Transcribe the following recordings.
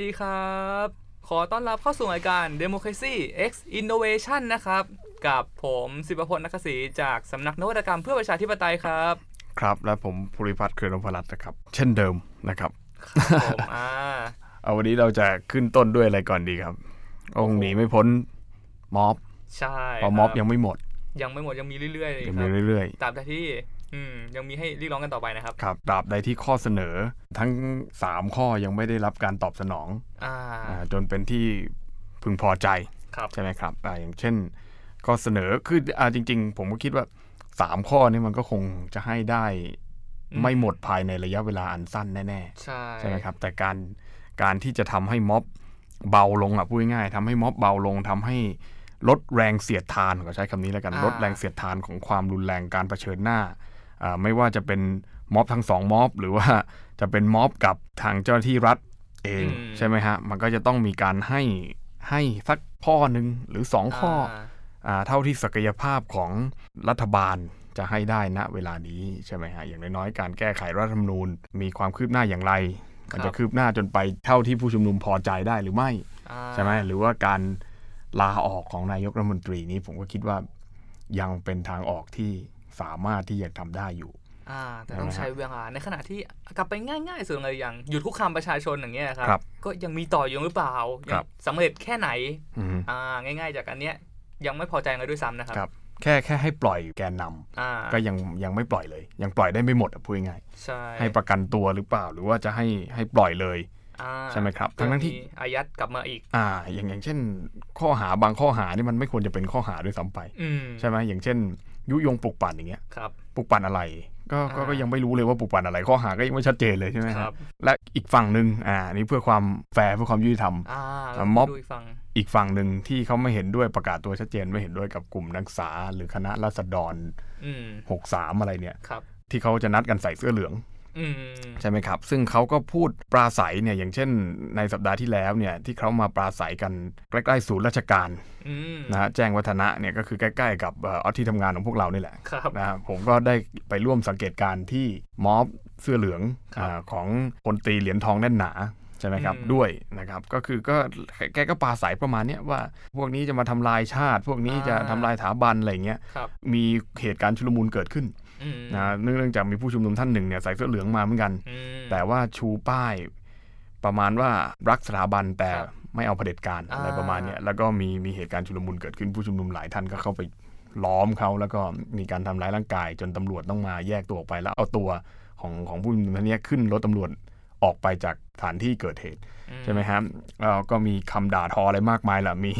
ดีครับ ขอต้อนรับเข้าสู่รายการ Democracy X Innovation นะครับ กับผมสิบพลนักศรีจากสำนักนวัตกรรมเพื่อประชาธิปไตยครับ ครับ และผมภูริพัฒน์เครือรมพลัตน์นะครับ เช่นเดิมนะครับ ผมอ่า เอาวันนี้เราจะขึ้นต้นด้วยอะไรก่อนดีครับองค์หนีไม่พ้นม็อบ ใช่ เพอม็อบ ครับ ยังไม่หมด ยังไม่หมดยังมีเรื่อยๆเลย ยัง ค มี รับ เรื่อย ตราบใดที่อืมยังมีให้เรียกร้องกันต่อไปนะครับ ๆครับตราบใดที่ข้อเสนอทั้ง 3 ข้อยังไม่ได้รับการตอบสนอง อ่า อาจนเป็นที่พึงพอใจ ครับ ใช่ไหมครับอาอย่างเช่น ข้อเสนอคืออาจริง ๆ ผมก็คิดว่า 3 ข้อนี้มันก็คงจะให้ได้ไม่หมดภายในระยะเวลาอันสั้นแน่ๆ ใช่ ใช่ไหมครับแต่การการที่จะทำให้ม็อบเบาลงอ่ะพูดง่ายๆทำให้ม็อบเบาลงทำให้ลดแรงเสียดทานขอใช้คำนี้แล้วกัน อ่า ลดแรงเสียดทานของความรุนแรงการเผชิญหน้าอ่าไม่ว่าจะเป็นม็อบทั้งสองม็อบหรือว่าจะเป็นม็อบกับทางเจ้าหน้าที่รัฐเองใช่ไหมฮะมันก็จะต้องมีการให้ให้สักข้อหนึ่งหรือสองข้ออา อ่าเท่าที่ศักยภาพของรัฐบาลจะให้ได้ณเวลานี้ใช่ไหมฮะอย่างน้อยๆการแก้ไขรัฐธรรมนูญ มีความคืบหน้าอย่างไร มัน ครั จะ บ คืบหน้าจนไปเท่าที่ผู้ชุมนุมพอใจได้หรือไม่ อ่า ใช่ไหมหรือว่าการลาออกของนายกรัฐมนตรีนี้ผมก็คิดว่ายังเป็นทางออกที่สามารถที่จะทำได้อยู่ อ่า แต่ต้องใช้เวลาในขณะที่กลับไปง่ายๆส่วนอะไรอย่างหยุดคุกคามประชาชนอย่างเงี้ยครับ ครับ ก็ยังมีต่ออยู่หรือเปล่ายั ครั ง บ สำเร็จแค่ไหน อืม อ่าง่ายๆจากอันเนี้ยยังไม่พอใจกันด้วยซ้ำนะครับ ครับ แค่แค่ให้ปล่อยแกนนำ อ่า ก็ยังยังไม่ปล่อยเลย ยังปล่อยได้ไม่หมดอะพูดง่าย ใช่ ๆให้ประกันตัวหรือเปล่า หรือว่าจะให้ให้ปล่อยเลย อ่า ใช่ไหมครับ ก็ ทั้งๆที่ มีอายัดกลับมาอีก อ่า อย่างอย่างเช่น ข้อหาบางข้อหานี่มันไม่ควรจะเป็นข้อหาด้วยซ้ำไป อืม ใช่ไหมอย่างเช่น ยุยงปลุกปั่นอย่างเงี้ย ครับ ปลุกปั่นอะไรก็ก็ อ่า ก็ยังไม่รู้เลยว่าปลุกปั่นอะไรข้อหาก็ยังไม่ชัดเจนเลยใช่ไหม ค ฮะ รับ และอีกฝั่งหนึ่งอ่าอันนี่เพื่อความแฟร์เพื่อความยุติธรรม อ่า อ่ะม็อบ ดูอีกฟัง อีกฝั่งหนึ่งที่เขาไม่เห็นด้วยประกาศตัวชัดเจนไม่เห็นด้วยกับกลุ่มนักศึกษา หรือคณะราษฎร อืม 63 อะไรเนี่ย ครับ ที่เขาจะนัดกันใส่เสื้อเหลือง อืม ใช่ไหมครับ ซึ่งเขาก็พูดปราศัยเนี่ยอย่างเช่น ในสัปดาห์ที่แล้วเนี่ยที่เขามาปราศัยกันใกล้ๆศูนย์ราชการ อืม นะฮะแจ้งวัฒนะเนี่ยก็คือใกล้ๆกับเอ่อออฟที่ทำงานของพวกเรานี่แหละ ครับ นะฮะผมก็ได้ไปร่วมสังเกตการณ์ที่ม็อบเสื้อเหลือง ครับ อาของพลตรีเหรียญทองแน่นหนาใช่ไหมครับ อืม ด้วยนะครับก็คือก็แกก็ปาสายประมาณเนี้ยว่า พวกนี้จะมาทำลายชาติ พวกนี้จะ อ่า ทำลายสถาบันอะไรเงี้ย ครับ มีเหตุการณ์ชุลมุนเกิดขึ้น อืม นะเนื่องจากมีผู้ชุมนุมท่านหนึ่งเนี่ยใส่เสื้อเหลืองมาเหมือนกัน อืม แต่ว่าชูป้าย ประมาณว่ารักสถาบันแต่ ครับ ไม่เอาเผด็จการ อ่า อะไรประมาณเนี้ยแล้วก็มีมีเหตุการณ์ชุลมุนเกิดขึ้นผู้ชุมนุมหลายท่านก็เข้าไปล้อมเขาแล้วก็มีการทำร้ายร่างกาย จนตำรวจต้องมาแยกตัวออกไปแล้วเอาตัวของของผู้ชุมนุมท่านเนี้ยขึ้นรถตำรวจออกไปจากสถานที่เกิดเหตุใช่ไหมฮะแล้วก็มีคำด่าทออะไรมากมายล่ะมี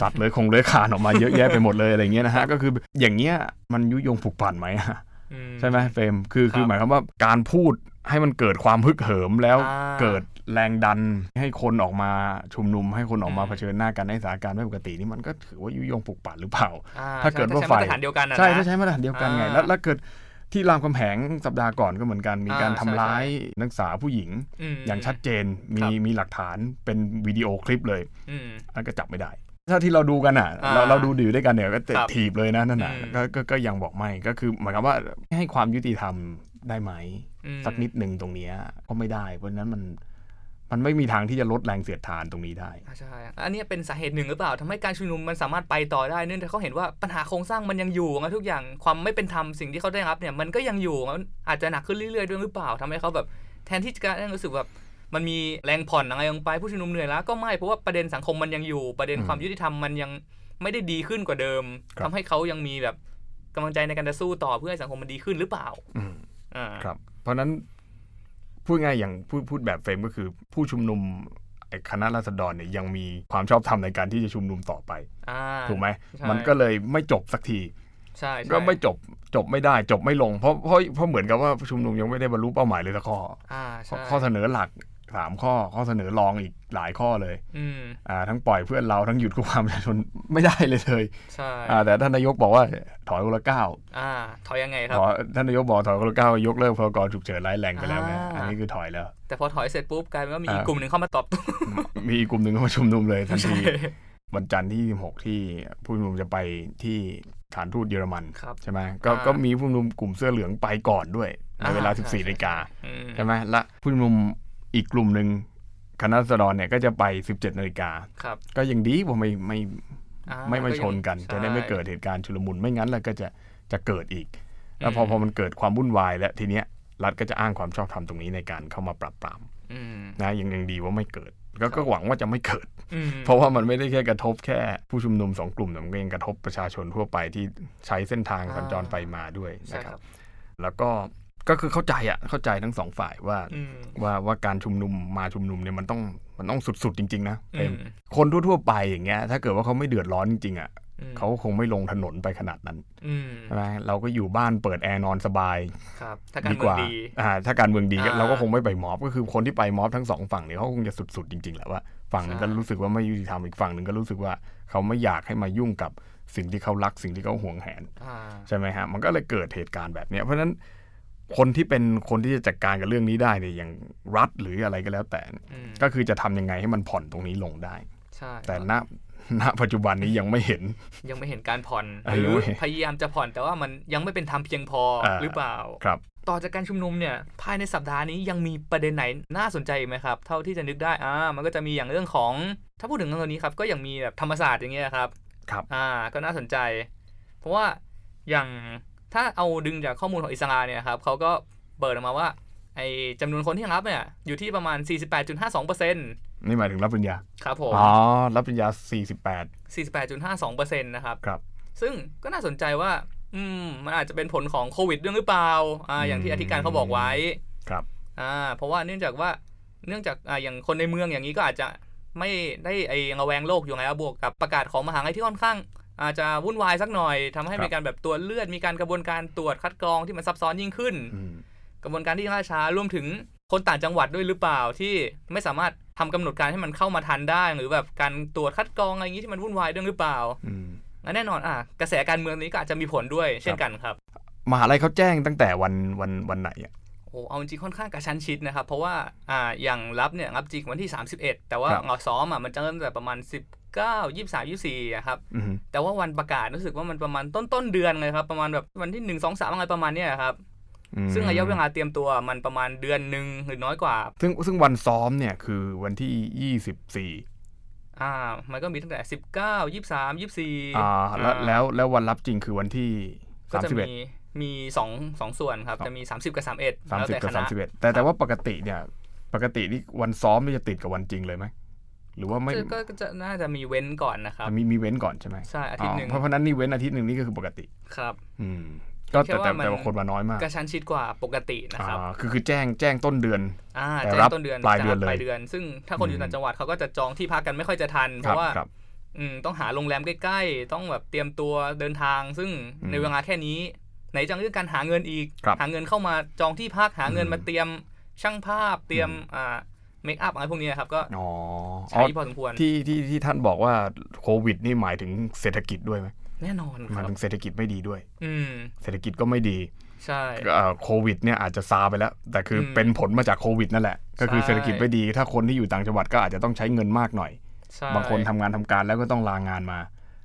สัตว์เลื้อยคงเลื้อยคลานออกมาเยอะแยะไปหมดเลยอะไรเงี้ยนะฮะก็คืออย่างเงี้ยมันยุยงผูกปั่นไหมอะ อื ใช่ไหมเฟรมคืคอรับ คือหมายความว่าการพูดให้มันเกิดความฮึกเหิมแล้ว อ่า เกิดแรงดันให้คนออกมาชุมนุม ให้คนออกมา อืม เผชิญหน้ากันในสถานการณ์ไม่ปกตินี่มันก็ถือว่ายุยงปลุกปั่นหรือเปล่า อ่ ถ้าเกิดว่า ใช่ ฝ่าย ถ้ใช้มตรฐนเดียวกันอะ ใช่ นะ ถ้าใช้มาตรฐานเดียวกันไง อ่า แล้วแล้วเกิดที่รามคำแหงสัปดาห์ก่อนก็เหมือนกันมีการ อ่า ทำ ใช่ ร้ายนักศึกษาผู้หญิง ม อย่างชัดเจนมี ครับ มีหลักฐานเป็นวิดีโอคลิปเลย อืม อันก็จับไม่ได้ ถ้าที่เราดูกันอ่ะ อ่า เราเราดูอยู่ด้วยกันเนี่ยก็เตะ ครับ ถีบเลยนะนั่นน่ะ อืม ก็ก็ก็ยังบอกไม่ก็คือหมายความว่าให้ความยุติธรรมได้ไหม อืม สักนิดหนึ่งตรงเนี้ยก็ไม่ได้ เพราะฉะนั้นมันมันไม่มีทางที่จะลดแรงเสียดทานตรงนี้ได้ อ่าใช่อันเนี้ยเป็นสาเหตุหนึ่งหรือเปล่าทำให้การชุมนุมมันสามารถไปต่อได้เนื่องจากเขาเห็นว่าปัญหาโครงสร้างมันยังอยู่นะทุกอย่างความไม่เป็นธรรมสิ่งที่เขาได้รับเนี่ยมันก็ยังอยู่นะอาจจะหนักขึ้นเรื่อยๆด้วยหรือเปล่าทำให้เขาแบบแทนที่จะรู้สึกแบบมันมีแรงผ่อนอะไรลงไปผู้ชุมนุมเหนื่อยล้าก็ไม่เพราะว่าประเด็นสังคมมันยังอยู่ ประเด็น อืม ความยุติธรรมมันยังไม่ได้ดีขึ้นกว่าเดิม ครั ทำ บ ให้เขายังมีแบบกำลังใจในการจะสู้ต่อเพื่อให้สังคมมันดีขึ้นหรือเปล่า อืม อ่า ครับ เพราะฉะนั้นพูดง่ายอย่างพูดพูดแบบเฟรมก็คือ ผู้ชุมนุมไอ้คณะราษฎรเนี่ยยังมีความชอบธรรมในการที่จะชุมนุมต่อไป อ่า ถูกไหม ใช่ มันก็เลยไม่จบสักที ใช่ใช่ ก็ไม่จบจบไม่ได้จบไม่ลงเพราะเพราะเพราะเหมือนกับว่าชุมนุมยังไม่ได้บรรลุเป้าหมายเลยสักข้อ อ่า ข้อ ใช่ ข้อเสนอหลักสามข้อ ข้อเสนอรองอีกหลายข้อเลย อืม อ่าทั้งปล่อยเพื่อนเราทั้งหยุดคุกคามประชาชนไม่ได้เลยเลย ใช่ อ่าแต่ท่านนายกบอกว่าถอยคนละเก้าว อ่าถอยยังไงครับ ขอท่านนายกบอกถอยคนละเก้าวยกเลิกพรกฉุกเฉินร้ายแรงไปแล้วนะ อ่า อันนี้คือถอยแล้ว แต่พอถอยเสร็จปุ๊บกลายเป็นว่ามีอีก อ่า กลุ่มหนึ่งเข้ามาตอบโต้ มีอีกกลุ่มหนึ่งเข้ามาชุมนุมเลยทัน ใช่ ทีวันจันทร์ที่26ที่ผู้ชุมนุมจะไปที่ฐานทูตเยอรมัน ครับ ใช่ไหมก็ อ่า ก็มีผู้ชุมนุมกลุ่มเสื้อเหลืองไปก่อนด้วยในเวลา อ่ 14นาฬิกา อืม ใช่ไหมและผู้ชุมนุมอีกกลุ่มหนึ่ง คณะรัษฎรเนี่ยก็จะไป 17นาฬิกา ครับ ก็ยังดีผมไม่ไม่ อ่า ไม่มา ยัง ชนกัน ใ จะได้ไม่เกิดเหตุการณ์ชุลมุนไม่งั้นแล้วก็จะจะเกิดอีก ม แล้วพอพอมันเกิดความวุ่นวายแล้วทีเนี้ยรัฐก็จะอ้างความชอบธรรมตรงนี้ในการเข้ามาปรับปราม อืม นะยังยังดีว่าไม่เกิด ครั ก็ บ ก็หวังว่าจะไม่เกิด อืม เพราะว่ามันไม่ได้แค่กระทบแค่ผู้ชุมนุมสองกลุ่มแต่มันก็ยังกระทบประชาชนทั่วไปที่ใช้เส้นทางสัญจรไปมาด้วย ใช่ นะคครั รับ บ แล้วก็ก็คือเข้าใจอ่ะเข้าใจทั้งสองฝ่ายว่า อืม ว่าว่าการชุมนุมมาชุมนุมเนี่ยมันต้องมันต้องสุดๆจริง ๆ นะ อืม คนทั่วๆไปอย่างเงี้ยถ้าเกิดว่าเขาไม่เดือดร้อนจริงๆอ่ะ อืม เขาคงไม่ลงถนนไปขนาดนั้น อืม ใช่ไหมเราก็อยู่บ้านเปิดแอร์นอนสบาย ครับ ถ้าการ ดี เมืองกว่า ดี อ่าถ้าการเมืองดีก็ อ่า เราก็คงไม่ไปม็อบก็คือคนที่ไปม็อบทั้งสองฝั่งเนี่ยเขาคงจะสุดๆจริงๆแหละว่าฝั่งหนึงก็ ใช่ รู้สึกว่าไม่ยุติธรรมอีกฝั่งหนึ่งก็รู้สึกว่าเขาไม่อยากให้มายุ่งกับสิ่งที่เขารักสิ่งที่เขาหวงแหน อ่า ใช่ไหมฮะ มันก็เลยเกิดเหตุการณ์แบบเนี้ยเพราะฉะนั้นคนที่เป็นคนที่จะจัดการกับเรื่องนี้ได้เนี่ยอย่างรัฐหรืออะไรก็แล้วแต่ อืม ก็คือจะทำยังไงให้มันผ่อนตรงนี้ลงได้ ใช่ แต่ ครับ ณณปัจจุบันนี้ยังไม่เห็น ยังไม่เห็นการผ่อน เออ หรือ ยังไม่ พยายามจะผ่อนแต่ว่ามันยังไม่เป็นธรรมเพียงพอ เออ หรือเปล่า ครับ ต่อจากการชุมนุมเนี่ยภายในสัปดาห์นี้ยังมีประเด็นไหนน่าสนใจอีกไหมครับ เท่าที่จะนึกได้อ่ามันก็จะมีอย่างเรื่องของ ถ้าพูดถึงเรื่องนี้ครับก็อย่างมีแบบธรรมศาสตร์อย่างเงี้ยครับ ครับ อ่าก็น่าสนใจ เพราะว่าอย่างถ้าเอาดึงจากข้อมูลของอิสราเนี่ยครับเขาก็เปิดออกมาว่าไอจำนวนคนที่รับเนี่ยอยู่ที่ประมาณ 48.52% นี่หมายถึงรับปริญญา ครับผม อ๋อรับปริญญา 48 48.52%นะครับ ครับ ซึ่งก็น่าสนใจว่า อืม มันอาจจะเป็นผลของโควิดด้วยหรือเปล่า อ่า อย่างที่ อื อ ม ธิการเขาบอกไว้ ครับ อ่า เพราะว่าเนื่องจากว่า เนื่องจาก อ่า อย่างคนในเมืองอย่างนี้ก็อาจจะไม่ได้ไอระแวงโลกอยู่ไงครับบวกกับประกาศของมหาลัยที่ค่อนข้าง อาจจะวุ่นวายสักหน่อยทำให้มีการแบบตรวจเลือด มีการกระบวนการตรวจคัดกรองที่มันซับซ้อนยิ่งขึ้น อืม กระบวนการที่ล่าช้ารวมถึงคนต่างจังหวัดด้วยหรือเปล่าที่ไม่สามารถทำกำหนดการให้มันเข้ามาทันได้ หรือแบบการตรวจคัดกรองอะไรอย่างนี้ที่มันวุ่นวายด้วยหรือเปล่า อืม และแน่นอนอ่ะกระแสการเมืองนี้ก็อาจจะมีผลด้วยเช่นกันครับ มหาลัยเขาแจ้งตั้งแต่วันวันวันไหนอ่ะ โอ้โหเอาจริงๆค่อนข้างกระชั้นชิดนะครับ เพราะว่าอ่าอย่างรับเนี่ยรับจริงวันที่ 31 แต่ว่า ครับ เราซ้อมอ่ะมันจะเริ่มตั้งแต่ประมาณ 19 23 24อะครับ อืม แต่ว่าวันประกาศรู้สึกว่ามันประมาณต้นต้นๆเดือนเลยครับ ประมาณแบบวันที่ 1 2 3อะไรประมาณเนี้ยครับ อืม ซึ่งระยะเวลาเตรียมตัวมันประมาณเดือนหนึ่งหรือน้อยกว่า ซึ่งซึ่งวันซ้อมเนี่ยคือวันที่ 24 อ่า มันก็มีตั้งแต่ 19 23 24 อ่าแล้ว อ่า แล้วแล้ววันรับจริงคือวันที่ ก็จะมี 31 มีสองสองส่วนครับ ครับ จะมี 30 กับ 31 สาม แล้ว สิบ แต่ กั ค บสา ณะ มสิบเอ็ดแต่แต่ว่าปกติเนี่ย ปกตินี่วันซ้อมนี่จะติดกับวันจริงเลยไหมหรือว่าไม่ ก็ก็ก็จะน่าจะมีเว้นก่อนนะครับ มีมีเว้นก่อนใช่ไหม ใช่ อา อ๋ ทิต อ ย์หนึ่ง เพราะเพราะนั้นนี่เว้นอาทิตย์หนึ่งนี่ก็คือปกติ ครับ อืม ก็แต่แต่ แค่ว่ามัน แต่ว่าคนมาน้อยมาก กระชั้นชิดกว่าปกตินะครับ อ่าคือคือแจ้งแจ้งต้นเดือน อ่า แต่ แจ้ง รับ ต้นเดือน ปลายเดือน จะรับปลาย เลย เดือน ซึ่งถ้าคนอ อื ยู่ ม ต่างจังหวัดเขาก็จะจองที่พักกันไม่ค่อยจะทัน เพ ครับ ราะว่า ครับ อืมต้องหาโรงแรมใกล้ๆ ต้องแบบเตรียมตัวเดินทาง ซึ่ง อืม ในเวลาแค่นี้ ไหนจังเรื่องการหาเงินอีก ครับ หาเงินเข้ามาจองที่พักหาเงิน อืม มาเตรียมช่างภาพเตรียมอ่าเมคอัพอะไรพวกนี้ครับก็ อ๋ออ๋ ใช้ อ พอสมควร ที่ที่ที่ท่านบอกว่าโควิดนี่หมายถึงเศรษฐกิจด้วยไหม แน่นอน ห ค มาย รับ ถึงเศรษฐกิจไม่ดีด้วย อืม เศรษฐกิจก็ไม่ดี ใช่ เอ่อโควิดเนี่ยอาจจะซาไปแล้ว แต่คืออ ม เป็นผลมาจากโควิดนั่นแหละ ก็คือ ใช่ เศรษฐกิจไม่ดี ถ้าคนที่อยู่ต่างจังหวัดก็อาจจะต้องใช้เงินมากหน่อย ใช่ บางคนทำงานทำการแล้วก็ต้องลางานมา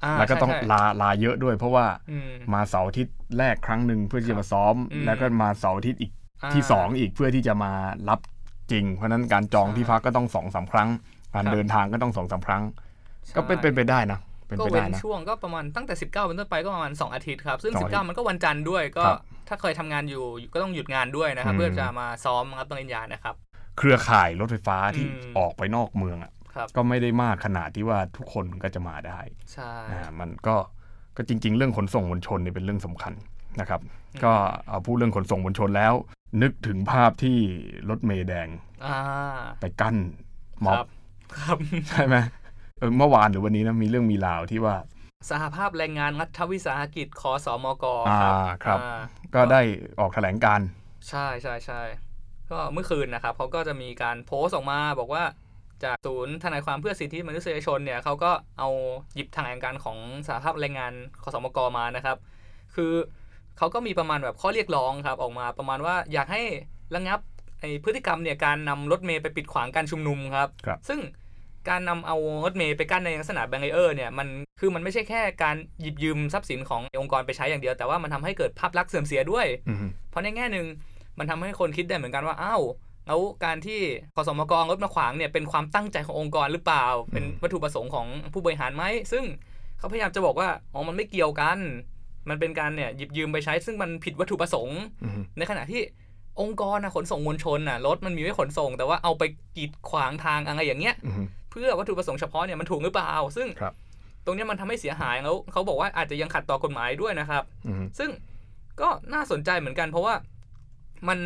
อ่า แล้วก็ต้อง ใช่ใช่ ลาลาเยอะด้วย เพราะว่า อืม มาเสาร์อาทิตย์แรกครั้งหนึ่งเพื่อที่จะมาซ้อม อืม แล้วก็มาเสาร์อาทิตย์อีกที่ อ่า 2 อีกเพื่อที่จะมารับจริง เพราะฉะนั้นการจอง ใช่ ที่พักก็ต้องสองสามครั้ง การ ครับ เดินทางก็ต้องสองสามครั้ง ใช่ ก็เป็นเป็นไปได้นะเป็น ก็ ไป เว้ ได้ น นะ ช่วงก็ประมาณตั้งแต่ 19เป็นต้นไปก็ประมาณ 2 อาทิตย์ครับ ซึ่ง สองอาทิตย์ 19 มันก็วันจันทร์ด้วยก็ ครับ ถ้าเคยทำงานอยู่ก็ต้องหยุดงานด้วยนะครับ อืม เพื่อจะมาซ้อมรับปริญญานะครับ เครือข่ายรถไฟฟ้าที่ อืม ออกไปนอกเมืองอะ ครับ ก็ไม่ได้มากขนาดที่ว่าทุกคนก็จะมาได้ ใช่ อ่ามันก็ก็จริง ๆ เรื่องขนส่งมวลชนเนี่ยเป็นเรื่องสำคัญนะครับ ก็เอาพูดเรื่องขนส่งมวลชนแล้ว นึกถึงภาพที่รถเมย์แดง อ่า ไปกั้นม็อบ ครับ ครับ ใช่ไหมเออเมื่อวานหรือวันนี้นะมีเรื่องมีราวที่ว่า สหภาพแรงงานรัฐวิสาหกิจคอสมกคอ่ารับ ครับ อ่า ก็ได้ออกแถลงการณ์ ใช่ใช่ใช่ก็เมื่อคืนนะครับเขาก็จะมีการโพสต์ออกมาบอกว่าจากศูนย์ทนายความเพื่อสิทธิมนุษยชนเนี่ยเขาก็เอาหยิบทางแห่งการของสหภาพแรงงานคอสมกมานะครับ คือเขาก็มีประมาณแบบข้อเรียกร้องครับออกมาประมาณว่าอยากให้ระงับไอ้พฤติกรรมเนี่ยการนำรถเมย์ไปปิดขวางการชุมนุมครับ ครับ ซึ่งการนำเอารถเมย์ไปกั้นในลักษณะแบงเออร์เนี่ยมันคือมันไม่ใช่แค่การหยิบยืมทรัพย์สินขององค์กรไปใช้อย่างเดียวแต่ว่ามันทำให้เกิดภาพลักษณ์เสื่อมเสียด้วย อืม เพราะในแง่หนึ่งมันทำให้คนคิดได้เหมือนกันว่าอ้าว แล้วการที่ขสมกงดมาขวางเนี่ยเป็นความตั้งใจขององค์กรหรือเปล่า เป็นวัตถุประสงค์ของผู้บริหารไหมซึ่งเขาพยายามจะบอกว่าอ๋อมันไม่เกี่ยวกัน มันเป็นการเนี่ยหยิบยืมไปใช้ ซึ่งมันผิดวัตถุประสงค์ อืม ในขณะที่องค์กรนะขนส่งมวลชนนะรถมันมีไว้ขนส่ง แต่ว่าเอาไปกีดขวางทางอะไรอย่างเงี้ย อืม เพื่อวัตถุประสงค์เฉพาะเนี่ยมันถูกหรือเปล่า ซึ่ง ครับ ตรงเนี้ยมันทำให้เสียหายแล้วเขาบอกว่าอาจจะยังขัดต่อกฎหมายด้วยนะครับ อืม ซึ่งก็น่าสนใจเหมือนกันเพราะว่ามัน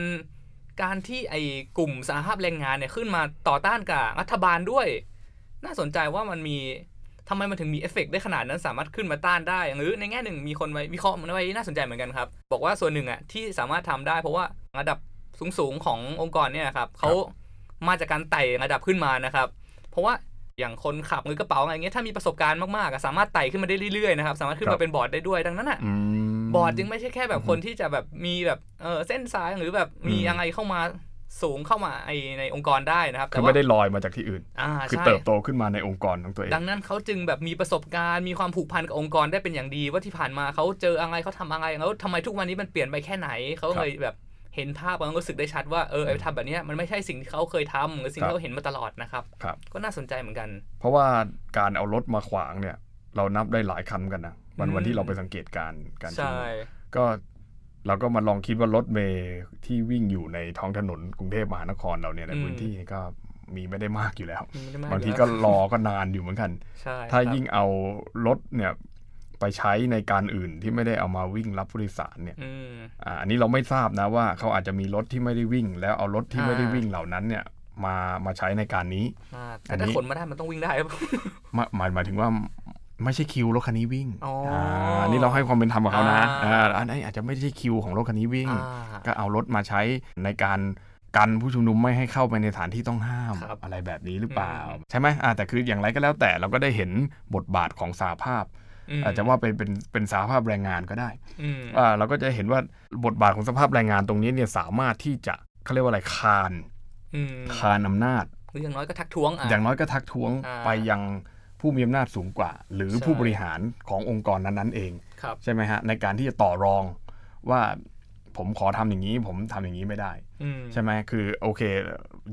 การที่ไอ้กลุ่มสาภาพแรงงานเนี่ยขึ้นมาต่อต้านกับรัฐบาลด้วย น่าสนใจว่ามันมีทำไมมันถึงมีเอฟเฟกต์ได้ขนาดนั้นสามารถขึ้นมาต้านได้หรือในแง่หนึ่งมีคนไว้วิเคราะห์มันไว้น่าสนใจเหมือนกันครับ บอกว่าส่วนหนึ่งอ่ะที่สามารถทำได้ เพราะว่าระดับสูงๆขององค์กรเนี่ยครับเขามาจากการไต่ระดับขึ้นมานะครับ เพราะว่าอย่างคนขับหรือกระเป๋าอะไรเงี้ยถ้ามีประสบการณ์มากๆอะสามารถไต่ขึ้นมาได้เรื่อยๆนะครับสามารถขึ้นมาเป็นบอร์ดได้ด้วยดังนั้นอ่ะ อืม บอร์ดจึงไม่ใช่แค่แบบคนที่จะแบบมีแบบเออเส้นสายหรือแบบมี อืม อะไรเข้ามาสูงเข้ามาไอในองค์กรได้นะครับ คื แต่ อ ว่า ไม่ได้ลอยมาจากที่อื่น อ่า คือ ใช่ เติบโตขึ้นมาในองค์กรของตัวเอง ดังนั้นเขาจึงแบบมีประสบการณ์มีความผูกพันกับองค์กรได้เป็นอย่างดีว่าที่ผ่านมาเขาเจออะไรเขาทำอะไรแล้วทำไมทุกวันนี้มันเปลี่ยนไปแค่ไหนเขา ครับ เลยแบบเห็นภาพแล้วรู้สึกได้ชัดว่าเออไอ้ทำแบบเนี้ยมันไม่ใช่สิ่งที่เขาเคยทำหรือสิ่ง ครับ ที่เขาเห็นมาตลอดนะครับ ครับ ก็น่าสนใจเหมือนกัน เพราะว่าการเอารถมาขวางเนี่ย เรานับได้หลายคันกันนะวัน อืม วันที่เราไปสังเกตการณ์การชุม ใช่ นุมก็เราก็มาลองคิดว่ารถเมย์ที่วิ่งอยู่ในท้องถนนกรุงเทพมหานครเราเนี่ยใน อืม พื้นที่ก็มีไม่ได้มากอยู่แล้ว ไม่ได้ม บางที อยู่ ก็ แล้ว รอก็นานอยู่เหมือนกัน ใช่ ถ้า ครับ ยิ่งเอารถเนี่ยไปใช้ในการอื่นที่ไม่ได้เอามาวิ่งรับผู้โดยสารเนี่ย อืม อ่าอันนี้เราไม่ทราบนะว่าเขาอาจจะมีรถที่ไม่ได้วิ่ง แล้วเอารถที่ อ่า ไม่ได้วิ่งเหล่านั้นเนี่ยมามาใช้ในการนี้ อ่า อั แต่ นนี้ ถ้าขนมาได้มันต้องวิ่งได้ครับ มาหมายหมายถึงว่าไม่ใช่คิวรถคันนี้วิ่ง อ๋ออ่ าอันนี้เราให้ความเป็นธรรมกับเขานะ อ่า อ่าอันนี้อาจจะไม่ใช่คิวของรถคันนี้วิ่ง อ่า ก็เอารถมาใช้ในการกันผู้ชุมนุมไม่ให้เข้าไปในสถานที่ต้องห้าม ครับ อะไรแบบนี้หรือเปล่า อืม ใช่ไหมอ่าแต่คืออย่างไรก็แล้วแต่เราก็ได้เห็นบทบาทของสาภาพ ม อาจจะว่าเป็นเป็นเป็นสาภาพแรงงานก็ได้ อืม อ่าเราก็จะเห็นว่าบทบาทของสภาพแรงงานตรงนี้เนี่ยสามารถที่จะเขาเรียกว่าอะไรคาน อืม คานอำนาจ หรืออย่างน้อยก็ทักท้วงอ่ะ อย่างน้อยก็ทักท้วง อ่า ไปยังผู้มีอำนาจสูงกว่า หรือ ใช่ ผู้บริหารขององค์กรนั้นๆเอง ครับ ใช่ไหมฮะในการที่จะต่อรองว่าผมขอทำอย่างนี้ ผมทำอย่างนี้ไม่ได้ อืม ใช่ไหมคือโอเค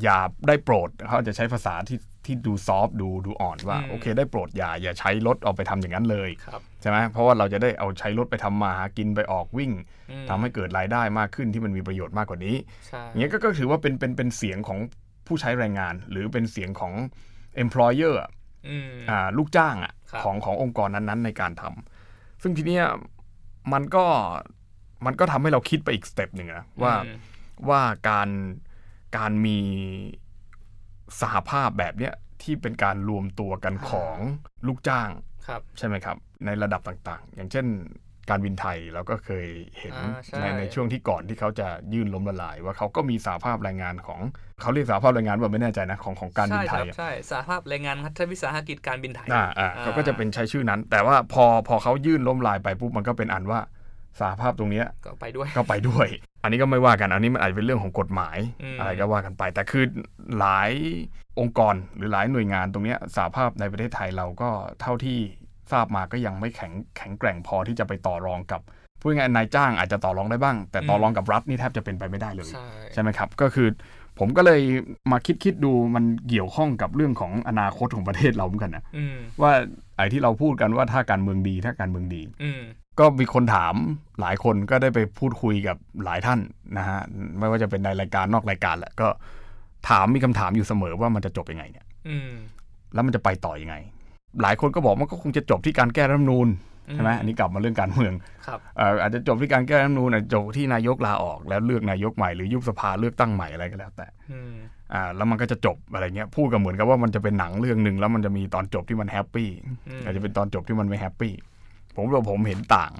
อย่าได้โปรดเขาจะใช้ภาษาที่ที่ดูซอฟต์ดูดูอ่อนว่าโอเค ได้โปรดอย่าอย่าใช้รถเอาไปทำอย่างนั้นเลย ครับ ใช่ไหมเพราะว่าเราจะได้เอาใช้รถไปทำมาหากินไปออกวิ่ง อืม ทำให้เกิดรายได้มากขึ้นที่มันมีประโยชน์มากกว่านี้ ใช่ อย่างเงี้ยก็ก็ถือว่าเป็นเป็นเป็นเสียงของผู้ใช้แรงงาน หรือเป็นเสียงของ employer อะ อืม อ่าลูกจ้างอะ ครับ ของขององค์กรนั้นๆ ในการทำซึ่งทีเนี้ยมันก็มันก็ทำให้เราคิดไปอีกสเต็ปหนึ่งนะว่า อืม ว่าการการมีสหภาพแบบเนี้ยที่เป็นการรวมตัวกันของลูกจ้าง ครับ ใช่ไหมครับ ในระดับต่างๆ อย่างเช่น การบินไทยเราก็เคยเห็น อ่าใช่ ในในช่วงที่ก่อนที่เขาจะยื่นล้มละลาย ว่าเขาก็มีสหภาพแรงงานของเขาเรียกสหภาพแรงงานว่าไม่แน่ใจนะของของการบินไทใช่ยคบ อะ ใช่สหภาพแรงงานรัฐวิสาหกิจการบินไทย อ่าอ่าเขาก็จะเป็นใช้ชื่อนั้น แต่ว่าพอพอเขายื่นล้มละลายไปปุ๊บมันก็เป็นอันว่าสหภาพตรงเนี้ย ก็ไปด้วย ก็ไปด้วย อันนี้ก็ไม่ว่ากัน อันนี้มันอาจจะเป็นเรื่องของกฎหมาย อืม อะไรก็ว่ากันไป แต่คือหลายองค์กรหรือหลายหน่วยงานตรงเนี้ยสาภาพในประเทศไทยเราก็เท่าที่ทราบมาก็ยังไม่แข็งแข็งแกร่งพอที่จะไปต่อรองกับพูดง่ายๆนายจ้างอาจจะต่อรองได้บ้าง แต่ต่อรองกับรัฐนี่แทบจะเป็นไปไม่ได้เลย ใช่ ใช่ไหมครับ ก็คือผมก็เลยมาคิดคิดดูมันเกี่ยวข้องกับเรื่องของอนาคตของประเทศเราเหมือนกันนะ อืม ว่าไอ้ที่เราพูดกันว่าถ้าการเมืองดีถ้าการเมืองดี อืม ก็มีคนถามหลายคนก็ได้ไปพูดคุยกับหลายท่านนะฮะไม่ว่าจะเป็นในรายการนอกรายการแหละก็ถามมีคำถามอยู่เสมอว่ามันจะจบยังไงเนี่ย อืม แล้วมันจะไปต่อยังไง หลายคนก็บอกมันก็คงจะจบที่การแก้รัฐธรรมนูญใช่ไหมอันนี้กลับมาเรื่องการเมือง ครับ เอ่ออาจจะจบที่การแก้รัฐธรรมนูญอาจจะจบที่นายกลาออก แล้วเลือกนายกใหม่หรือยุบสภาเลือกตั้งใหม่อะไรก็แล้วแต่ อืม อ่าแล้วมันก็จะจบอะไรเงี้ยพูดกันเหมือนกับว่ามันจะเป็นหนังเรื่องหนึ่งแล้วมันจะมีตอนจบที่มันแฮปปี้ อืม อาจจะเป็นตอนจบที่มันไม่แฮปปี้ผมว่าผมเห็นต่าง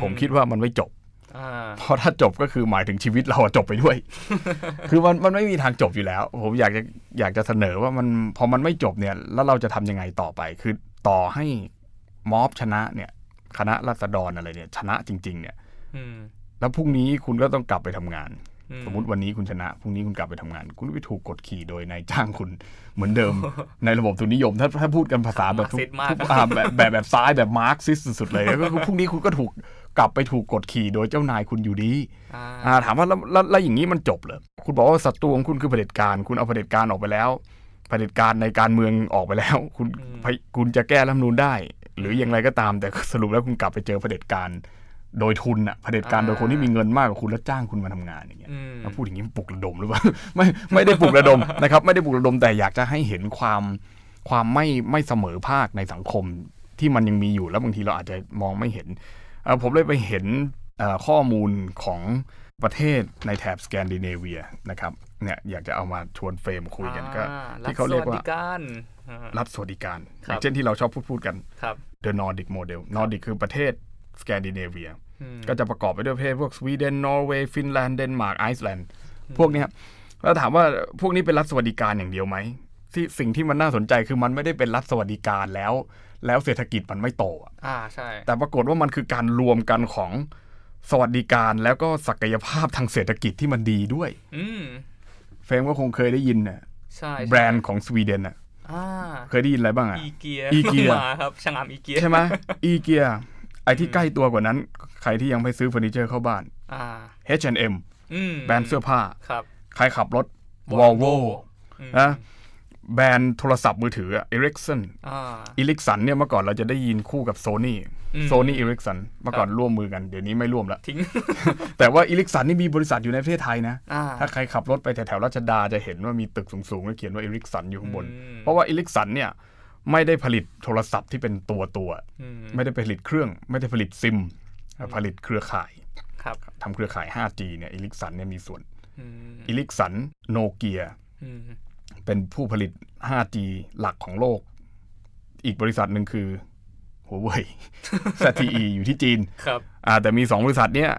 ผมคิดว่ามันไม่จบ อ่า เพราะถ้าจบก็คือหมายถึงชีวิตเราอะจบไปด้วย คือมันมันไม่มีทางจบอยู่แล้ว ผมอยากจะอยากจะเสนอว่ามันพอมันไม่จบเนี่ย แล้วเราจะทำยังไงต่อไป คือต่อให้ม็อบชนะเนี่ย คณะราษฎรอะไรเนี่ย ชนะจริง ๆ เนี่ย อืม แล้วพรุ่งนี้คุณก็ต้องกลับไปทำงาน อื สมมติวันนี้คุณชนะพรุ่งนี้คุณกลับไปทำงาน คุณก็ไปถูกกดขี่โดยนายจ้างคุณเหมือนเดิม ในระบบทุนนิยม ถ้าถ้าพูดกันภาษาแบบ มาร์ก ทุก ซิสต์มาก อ่าแบบแบบแบบซ้ายแบบมาร์กซิสสุดๆเลย ก็คือพรุ่งนี้คุณก็ถูก กลับไปถูกกดขี่โดยเจ้านายคุณอยู่ดี อ่า อ่าถามว่าแล้วแล้วแล้วอย่างนี้มันจบเหรอคุณบอกว่าศัตรูของคุณคือเผด็จการ คุณเอาเผด็จการออกไปแล้วเผด็จการในการเมืองออกไปแล้ว คุณพยคุณจะแก้รัฐธรรมนูญได้ หรืออย่างไรก็ตาม แต่สรุปแล้วคุณกลับไปเจอเผด็จการ โดยทุนอะเผด็จการโดยคนที่มีเงินมากกว่าคุณแล้วจ้างคุณมาทำงานอย่างเงี้ย อืม มาพูดอย่างนี้มันปลุกระดมหรือเปล่า ไม่ไม่ได้ปลุกระดม นะครับไม่ได้ปลุกระดมแต่อยากจะให้เห็นความความไม่ไม่เสมอภาคในสังคมที่มันยังมีอยู่แล้วบางทีเราอาจจะมองไม่เห็นเอ่อผมเลยไปเห็นเอ่อข้อมูลของประเทศในแถบสแกนดิเนเวียนะครับเนี่ยอยากจะเอามาชวนเฟรมคุยกันก็ อ่ ที่เขาเรียกฐสสว่าดิการอ่า รัฐสวัสดิการ ค อ รับ ย่างเช่นที่เราชอบพูดพูดกัน ครับ The Nordic Model Nordic คือประเทศสแกนดิเนเวีย อืม ก็จะประกอบไปด้วยประเทศพวกสวีเดน นอร์เวย์ ฟินแลนด์ เดนมาร์ก ไอซ์แลนด์ พวกเนี้ยแล้วถามว่าพวกนี้เป็นรัฐสวัสดิการอย่างเดียวไหมที่สิ่งที่มันน่าสนใจคือมันไม่ได้เป็นรัฐสวัสดิการแล้ว แล้วเศรษฐกิจมันไม่โตอะ อ่าใช่ แต่ปรากฏว่ามันคือการรวมกันของสวัสดิการแล้วก็ศักยภาพทางเศรษฐกิจที่มันดีด้วย อืม เฟรมก็คงเคยได้ยินน่ะ ใช่ แบรนด์ของสวีเดนน่ะ อ่า เคยได้ยินอะไรบ้างอ่ะ อีเกีย อีเกีย มาครับช่างอามอีเกีย ใช่ไหมอีเกียไอที่ใกล้ตัวกว่านั้น ใครที่ยังไม่ซื้อเฟอร์นิเจอร์เข้าบ้าน อ่า H&M อืม แบรนด์เสื้อผ้า ครับ ใครขับรถ Volvo Volvo อืม นะแบรนด์โทรศัพท์มือถือ Ericsson อ่า Ericsson เนี่ยเมื่อก่อนเราจะได้ยินคู่กับ Sony อืม Sony Ericsson เมื่อก่อนร่วมมือกัน เดี๋ยวนี้ไม่ร่วมแล้ว ทิ้ง แต่ว่า Ericsson นี่มีบริษัทอยู่ในประเทศไทยนะ อ่า ถ้าใครขับรถไปแถวๆรัชดาจะเห็นว่ามีตึกสูงๆแล้วเขียนว่า Ericsson อยู่ข้างบน อืม เพราะว่า Ericsson เนี่ยไม่ได้ผลิตโทรศัพท์ที่เป็นตัวตัว อืม ๆไม่ได้ผลิตเครื่อง ไม่ได้ผลิตซิมผลิตเครือข่าย ครับ ทำเครือข่าย 5G เนี่ย Ericsson เนี่ยมีส่วน อืม Ericsson Nokia อืม เป็นผู้ผลิต 5G หลักของโลก อีกบริษัทหนึ่งคือ หัวเว่ ย ZTE อยู่ที่จีน ครับ อ่า แต่มี 2 บริษัทเนี้ย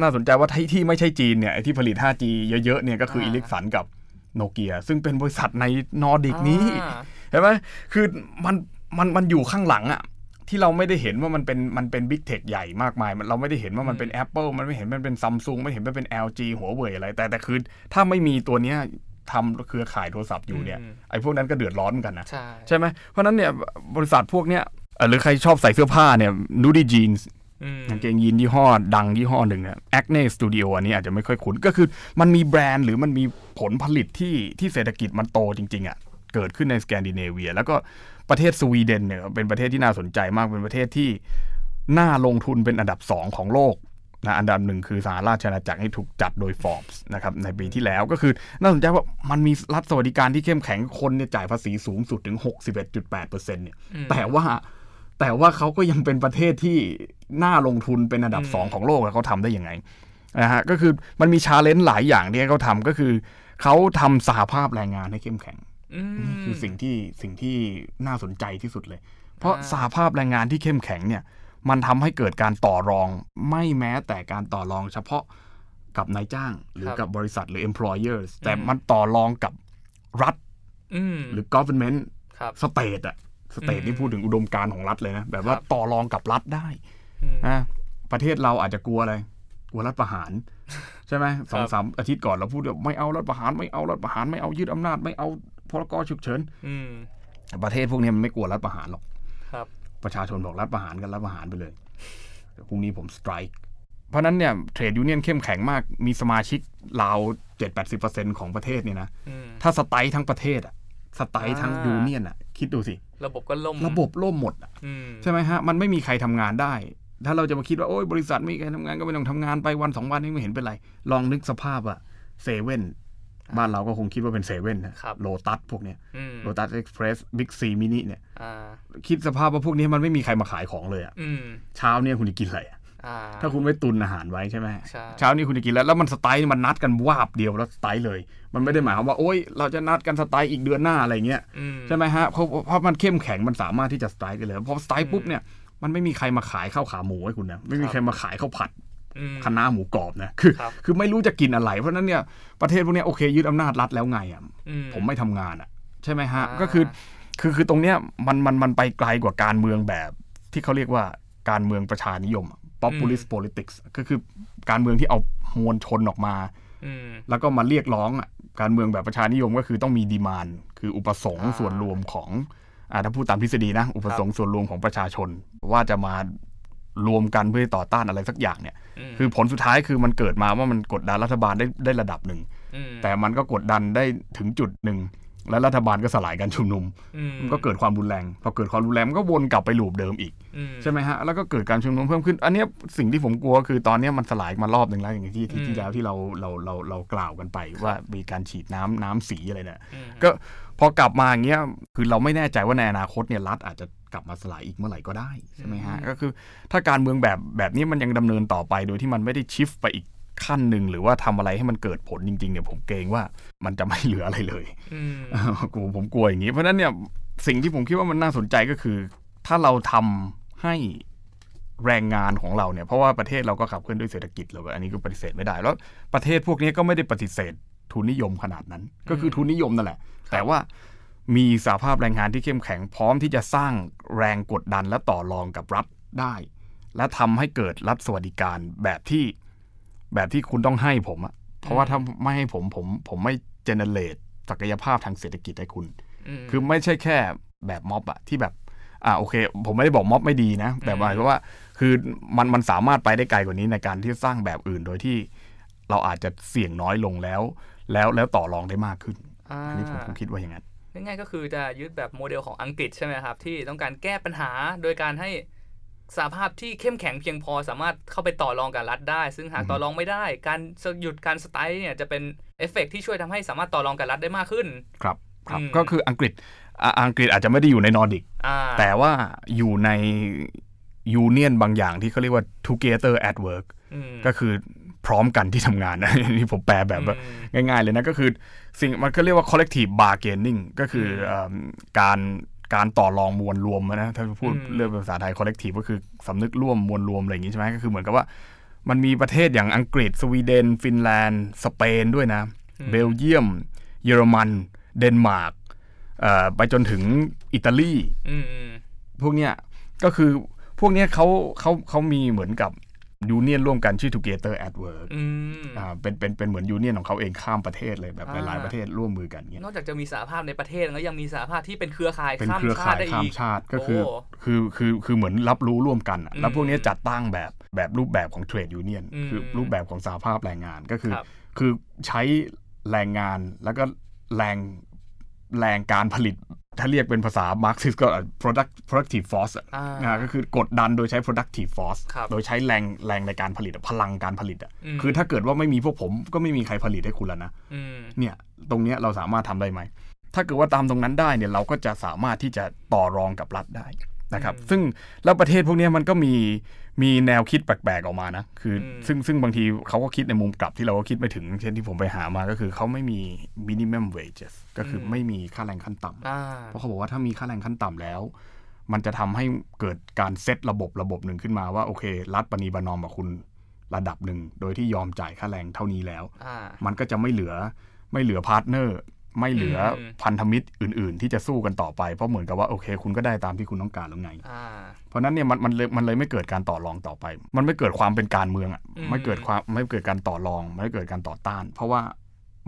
น่าสนใจว่าที่ที่ไม่ใช่จีนเนี่ยไอ้ที่ผลิต 5G เยอะๆเนี่ยก็คือ อ่า อิลิกสันกับโนเกียซึ่งเป็นบริษัทในนอร์ดิกนี้ อ่า เห็นไหมคือมันมันมันอยู่ข้างหลังอะที่เราไม่ได้เห็นว่ามันเป็นมันเป็นบิ๊กเทคใหญ่มากมายมันเราไม่ได้เห็นว่ามันเป็น Apple มันไม่เห็นมันเป็นซัมซุงไม่เห็นมันเป็น LG หัวเว่ยอะไร แต่แต่คือถ้าไม่มีตัวเนี้ยทำเครือข่ายโทรศัพท์อยู่เนี่ยไอ้พวกนั้นก็เดือดร้อนเหมือนกันนะ ใช่ ใช่ไหมเพราะฉะนั้นเนี่ยบริษัทพวกเนี้ยเอ่อหรือใครชอบใส่เสื้อผ้าเนี่ยนูดี้จีนส์ อืม กางเกงยีนยี่ห้อ ดังยี่ห้อหนึ่งเนี่ย Acne Studio อันนี้อาจจะไม่ค่อยคุ้น ก็คือมันมีแบรนด์หรือมันมีผลผลิตที่ที่เศรษฐกิจมันโตจริง ๆ อ่ะ เกิดขึ้นในสแกนดิเนเวีย แล้วก็ประเทศสวีเดนเนี่ยเป็นประเทศที่น่าสนใจมากเป็นประเทศที่น่าลงทุนเป็นอันดับ 2 ของโลกนะอันดับหนึ่งคือสหราชอาณาจักรที่ถูกจัดโดย Forbes นะครับในปีที่แล้วก็คือน่าสนใจว่ามันมีรัฐสวัสดิการที่เข้มแข็งคนเนี่ยจ่ายภาษีสูงสุดถึง 61.8%เนี่ย แต่ว่าแต่ว่าเขาก็ยังเป็นประเทศที่น่าลงทุนเป็นอันดับ 2 ของโลกอะเขาทำได้ยังไงนะฮะก็คือมันมีชาเลนจ์หลายอย่างที่เขาทำก็คือ เขาทำสหภาพแรงงานให้เข้มแข็ง อืม นี่คือสิ่งที่สิ่งที่น่าสนใจที่สุดเลย เพราะ อ่า สหภาพแรงงานที่เข้มแข็งเนี่ย มันทำให้เกิดการต่อรองไม่แม้แต่การต่อรองเฉพาะกับนายจ้าง หรือกับบริษัทหรือ employers แต่มันต่อรองกับรัฐ อืม หรือ government ครับ สเตทอะสเตทนี่พูดถึงอุดมการณ์ของรัฐเลยนะ แบบว่า ครับ ต่อรองกับรัฐได้ อืม นะประเทศเราอาจจะกลัวอะไร กลัวรัฐประ หาร ใช่ไหมสองสามอาทิตย์ก่อนเราพูดว่าไม่เอารัฐประหารไม่เอารัฐประหารไม่เอายึดอำนาจไม่เอาพรกฉุกเฉิน อืม แต่ประเทศพวกนี้มันไม่กลัวรัฐประหารหรอก ครับ ประชาชนบอกรัฐประหารกันรัฐประหารไปเลยเดี๋ยวพรุ่งนี้ผมสไตรค์เพราะฉะนั้นเนี่ยเทรดยูเนียนเข้มแข็งมากมีสมาชิกราวเจ็ดแปดสิบเปอร์เซ็นของประเทศเนี่ยนะ อืม ถ้าสไตรค์ทั้งประเทศอะสไตรค์ทั้ง อ่ายู ยูเนียนอะคิดดูสิ ระบบก็ล่ม ระบบล่มหมดอะ อืม ใช่ไหมฮะ มันไม่มีใครทำงานได้ ถ้าเราจะมาคิดว่า โอ้ยบริษัทไม่มีใครทำงานก็ไม่ต้องทำงานไปวันสองวันนี่ไม่เห็นเป็นไร ลองนึกสภาพอะเซเว่นบ้านเราก็คงคิดว่าเป็นเซเว่นนะโลตัสพวกเนี้ย อืม โลตัสเอ็กซ์เพรสบิ๊กซีมินิเนี่ย อ่า คิดสภาพว่าพวกนี้มันไม่มีใครมาขายของเลยอะ อืม เช้าเนี่ยคุณจะกินอะไรอะ อ่า ถ้าคุณไม่ตุนอาหารไว้ใช่ไหม ใช่ เช้านี้คุณจะกินแล้วแล้วมันสไตล์มันนัดกันวาบเดียวแล้วสไตล์เลย มันไม่ได้หมายความว่าโอ้ยเราจะนัดกันสไตล์อีกเดือนหน้าอะไรเงี้ย อืม ใช่ไหมฮะเพราะเพราะมันเข้มแข็งมันสามารถที่จะสไตล์ได้เลยพอสไตล์ปุ๊บเนี่ยมันไม่มีใครมาขายข้าวขาหมูให้คุณนะไม่คมีรับ ใครมาขายข้าวผัด อืม คะน้าหมูกรอบนะคือ ครับ คือไม่รู้จะกินอะไร เพราะฉะนั้นเนี่ยประเทศพวกเนี้ยโอเคยึดอำนาจรัฐแล้วไงอ่ะ อื ผมไม่ทำงานอ่ะใช่ไหมฮะ อ่า ก็คือคือคือตรงเนี้ยมันมันมันไปไกลกว่าการเมืองแบบ ที่เขาเรียกว่าการเมืองประชานิยมอะ populist politics ก็คือการเมืองที่เอามวลชนออกมา อืม แล้วก็มาเรียกร้องอะการเมืองแบบประชานิยมก็คือต้องมีดีมานคืออุปสงค์ อ่า ส่วนรวมของอ่าถ้าพูดตามทฤษฎีนะ อุปสงค์ส่วนรวมของประชาชนว่าจะมา รวมกันเพื่อต่อต้านอะไรสักอย่างเนี่ย ม คือผลสุดท้ายคือมันเกิดมาว่ามันกดดันรัฐบาลได้ได้ระดับหนึ่ง ม แต่มันก็กดดันได้ถึงจุดหนึ่ง และรัฐบาลก็สลายการชุมนุม อืม มันก็เกิดความรุนแรง พอเกิดความรุนแรงมันก็วนกลับไปลูปเดิมอีก อื ใช่ไหมฮะ แล้วก็เกิดการชุมนุมเพิ่มขึ้น อันเนี้ยสิ่งที่ผมกลัวคือตอนเนี้ยมันสลายมารอบหนึ่งแล้วอย่างที่ที่ที่แล้วที่เราเราเราเรากล่าวกันไปว่ามีการฉีดน้ำน้ำสีอะไรเนี่ย อืม ก็พอกลับมาอย่างเงี้ยคือเราไม่แน่ใจว่าในอนาคตเนี่ยรัฐอาจจะกลับมาสลายอีกเมื่อไหร่ก็ได้ใช่ไหมฮะก็คือถ้าการเมืองแบบแบบนี้มันยังดำเนินต่อไป โดยที่มันไม่ได้ชิฟไปอีกขั้นหนึ่งหรือว่าทำอะไรให้มันเกิดผลจริงๆเนี่ยผมเกรงว่ามันจะไม่เหลืออะไรเลย อืม กูผมกลัวอย่างนี้ เพราะฉะนั้นเนี่ยสิ่งที่ผมคิดว่ามันน่าสนใจก็คือ ถ้าเราทำให้แรงงานของเราเนี่ย เพราะว่าประเทศเราก็ขับเคลื่อนด้วยเศรษฐกิจเราอันนี้ก็ปฏิเสธไม่ได้ แล้วประเทศพวกนี้ก็ไม่ได้ปฏิเสธทุนนิยมขนาดนั้น ก็คือทุนนิยมนั่นแหละ แต่ว่ามีสหภาพแรงงานที่เข้มแข็งพร้อมที่จะสร้างแรงกดดันและต่อรองกับรัฐได้ และทำให้เกิดรัฐสวัสดิการแบบที่แบบที่คุณต้องให้ผมอะเพราะว่าถ้าไม่ให้ผมผมผมไม่เจเนเรตศักยภาพทางเศรษฐกิจให้คุณ อืม คือไม่ใช่แค่แบบม็อบอะที่แบบอ่าโอเค ผมไม่ได้บอกม็อบไม่ดีนะ แต่หมายความว่าคือมันมันสามารถไปได้ไกลกว่านี้ในการที่สร้างแบบอื่นโดยที่เราอาจจะเสี่ยงน้อยลงแล้ว แล้วแล้วต่อรองได้มากขึ้น อ่า อันนี้ผมผมคิดว่าอย่างนั้น ง่ายๆก็คือจะยึดแบบโมเดลของอังกฤษใช่ไหมครับ ที่ต้องการแก้ปัญหาโดยการให้สหภาพที่เข้มแข็งเพียงพอสามารถเข้าไปต่อรองกับรัฐได้ ซึ่งหากต่อรองไม่ได้ การหยุดการสไตล์เนี่ยจะเป็นเอฟเฟกต์ที่ช่วยทำให้สามารถต่อรองกับรัฐได้มากขึ้น ครับครับ อืม ก็คืออังกฤษอ่ะอังกฤษอาจจะไม่ได้อยู่ในนอร์ดิก อ่า แต่ว่าอยู่ในยูเนียนบางอย่างที่เขาเรียกว่า together at work อืม ก็คือพร้อมกันที่ทำงานนะ นี่ผมแปลแบบว่า อืม ง่ายๆเลยนะ ก็คือสิ่งมันก็เรียกว่า collective bargaining ก็คืออ ม เอิ่มการการต่อรองมวลรวมนะ ถ้าพูด อืม เรื่องภาษาไทย collective ก็คือสำนึกร่วมมวลรวมอะไรอย่างนี้ใช่ไหมก็คือเหมือนกับว่า มันมีประเทศอย่างอังกฤษ สวีเดน ฟินแลนด์ สเปนด้วยนะ เบลเยียม เยอรมัน เดนมาร์กเอ่อไปจนถึงอิตาลี อืมอืม พวกเนี้ยก็คือพวกเนี้ยเขาเขาเขามีเหมือนกับยูเนียนร่วมกันชื่อ Together at Work อืม อ่าเป็นเป็นเป็นเหมือนยูเนียนของเขาเองข้ามประเทศเลยแบบหลาย อ่า ๆประเทศร่วมมือกันเงี้ย นอกจากจะมีสหภาพในประเทศแล้วยังมีสหภาพที่เป็นเครือข่าย เป็น ข้าม เครือ ชา ข่า ติ ย ได้ ข้า อี ม ก ชาติก็คือ โอ้ คือคือคือเหมือนรับรู้ร่วมกันอะ อืม แล้วพวกเนี้ยจัดตั้งแบบแบบรูปแบบของเทรดยูเนียน อืม คือรูปแบบของสหภาพแรงงานก็คือ ครับ คือใช้แรงงานแล้วก็แรงแรงการผลิต ถ้าเรียกเป็นภาษามาร์กซิสก็ product productive force อะ อ่า อ่าก็คือกดดันโดยใช้ productive force ครับ โดยใช้แรงแรงในการผลิตอะพลังการผลิตอ่ะ อืม คือถ้าเกิดว่าไม่มีพวกผมก็ไม่มีใครผลิตให้คุณแล้วนะ อืม เนี่ยตรงเนี้ยเราสามารถทำได้ไหม ถ้าเกิดว่าตามตรงนั้นได้เนี่ยเราก็จะสามารถที่จะต่อรองกับรัฐได้นะครับ ซึ่งแล้วประเทศพวกเนี้ยมันก็มีมีแนวคิดแปลกๆออกมานะ คืออซึ่งซึ่งบางทีเขาก็คิดในมุมกลับที่เราก็คิดไม่ถึง เช่นที่ผมไปหามาก็คือเขาไม่มี minimum wages ก็คือไม่มีค่าแรงขั้นต่ำ อ่า เพราะเขาบอกว่าถ้ามีค่าแรงขั้นต่ำแล้ว มันจะทำให้เกิดการเซตระบบระบบหนึ่งขึ้นมาว่า โอเค รัฐปณีประนอมกับคุณระดับหนึ่ง โดยที่ยอมจ่ายค่าแรงเท่านี้แล้ว อ่า มันก็จะไม่เหลือไม่เหลือพาร์ทเนอร์ ไม่เหลืออ ม พันธมิตรอื่น ๆ ที่จะสู้กันต่อไป เพราะเหมือนกับว่าโอเค คุณก็ได้ตามที่คุณต้องการแล้วไง อ่า เพราะฉะนั้นเนี่ยมันมันเลยมันเลยไม่เกิดการต่อรองต่อไป มันไม่เกิดความเป็นการเมืองอ่ะ อืม ไม่เกิดความไม่เกิดการต่อรองไม่เกิดการต่อต้าน เพราะว่า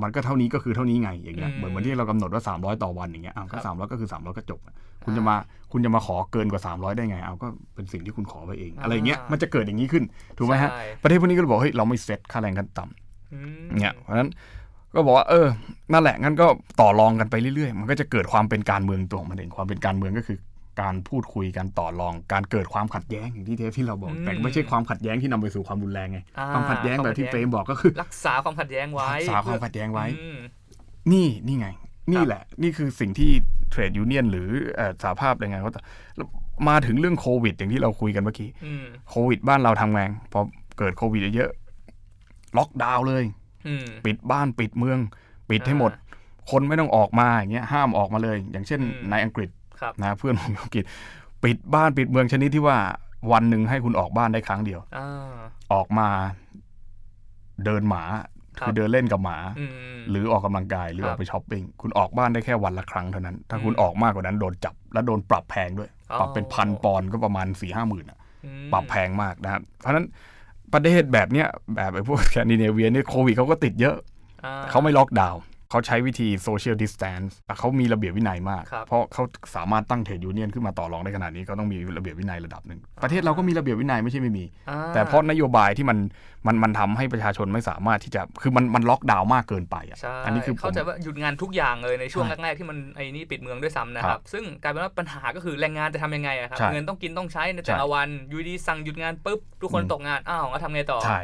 มันก็เท่านี้ก็คือเท่านี้ไงอย่างเงี้ย อืม เหมือนเหมือนที่เรากำหนดว่า 300 ต่อวันอย่างเงี้ยอ้าว ครั ก็ บ 300ก็คือ 300ก็จบอะคุณจะมาคุณจะมาขอเกินกว่า 300 ได้ไงเอาก็เป็นสิ่งที่คุณขอไปเองอะไรอย่างเงี้ยมันจะเกิดอย่างนี้ขึ้นถูกไหมฮะ ใช่ ประเทศพวกนี้ก็เลยบอกเฮ้ยเราไม่เซ็ตค่าแรงขั้นต่ำ อืม เนี่ยเพราะฉะนั้นก็บอกว่าเออ นั่นแหละงั้นก็ต่อรองกันไปเรื่อยๆ มันก็จะเกิดความเป็นการเมืองตัวของมันเองความเป็นการเมืองก็คือ การพูดคุยการต่อรอง การเกิดความขัดแย้งอย่างที่เทปที่เราบอก อืม แต่ไม่ใช่ความขัดแย้งที่นำไปสู่ความรุนแรงไง อ่า ความขัดแย้งแบบที่ ความขัดแย้ง เฟรมบอกก็คือ รักษาความขัดแย้งไว้ รักษาความขัดแย้งไว้ อืม นี่นี่ไง นี่แหละ นี่คือสิ่งที่เทรดยูเนียนหรือเอ่อสหภาพแรงงานเขาต่อแล้วมาถึงเรื่องโควิด อย่างที่เราคุยกันเมื่อกี้ อืม โควิดบ้านเราทำไงพอเกิดโควิดเยอะๆล็อกดาวน์เลย อืม ปิดบ้านปิดเมือง ปิดให้หมด คนไม่ต้องออกมาอย่างเงี้ยห้ามออกมาเลย อย่างเช่น อืม ในอังกฤษ ครับ นะเพื่อนผมอยู่อังกฤษ ปิดบ้านปิดเมืองชนิดที่ว่าวันหนึ่งให้คุณออกบ้านได้ครั้งเดียว อ่า ออกมา เดินหมา ครับ คือเดินเล่นกับหมา อืม หรือออกกำลังกายหรือ ครั อ บอก ไปช้อปปิ้งคุณออกบ้านได้แค่วันละครั้งเท่านั้น ถ้าคุณ อืม ออกมากกว่านั้นโดนจับและโดนปรับแพงด้วย อ๋อ ปรับเป็นพันปอนด์ก็ประมาณ4ี่ห้าหมื่นอะ อืม ปรับแพงมากนะครับ เพราะฉะนั้น ประเทศแบบเนี้ยแบบไอ้พวกแคนดิเนเวียเนี่ยโควิดเขาก็ติดเยอะ อ่ เขาไม่ล็อกดาวน์ เขาใช้วิธี social distance แต่เขามีระเบียบวินัยมาก ครับ เพราะเขาสามารถตั้งเทรดยูเนียนขึ้นมาต่อรองได้ขนาดนี้ก็ต้องมีระเบียบวินัยระดับหนึ่ง ประเทศเราก็มีระเบียบวินัยไม่ใช่ไม่มี อ่ แต่เพราะนโยบายที่มันมันมันทำให้ประชาชนไม่สามารถที่จะคือมันมันล็อกดาวน์มากเกินไปอะ ใช่ อันี้คือผม เข้าใจว่าหยุดงานทุกอย่างเลยในช่วง ใช่ แรกๆที่มันไอ้นี่ปิดเมืองด้วยซ้ำนะค ครั รั บบ ซึ่งกลายเป็นว่าปัญหาก็คือแรงงานจะทำยังไงอะครับ ใช่ เงินต้องกินต้องใช้ในแต่ ใช่ ละวันอยูดีสั่งหยุดงานปุ๊บทุกคน อืม ตกงานอ้าวแล้วทำไงต่อ ใช่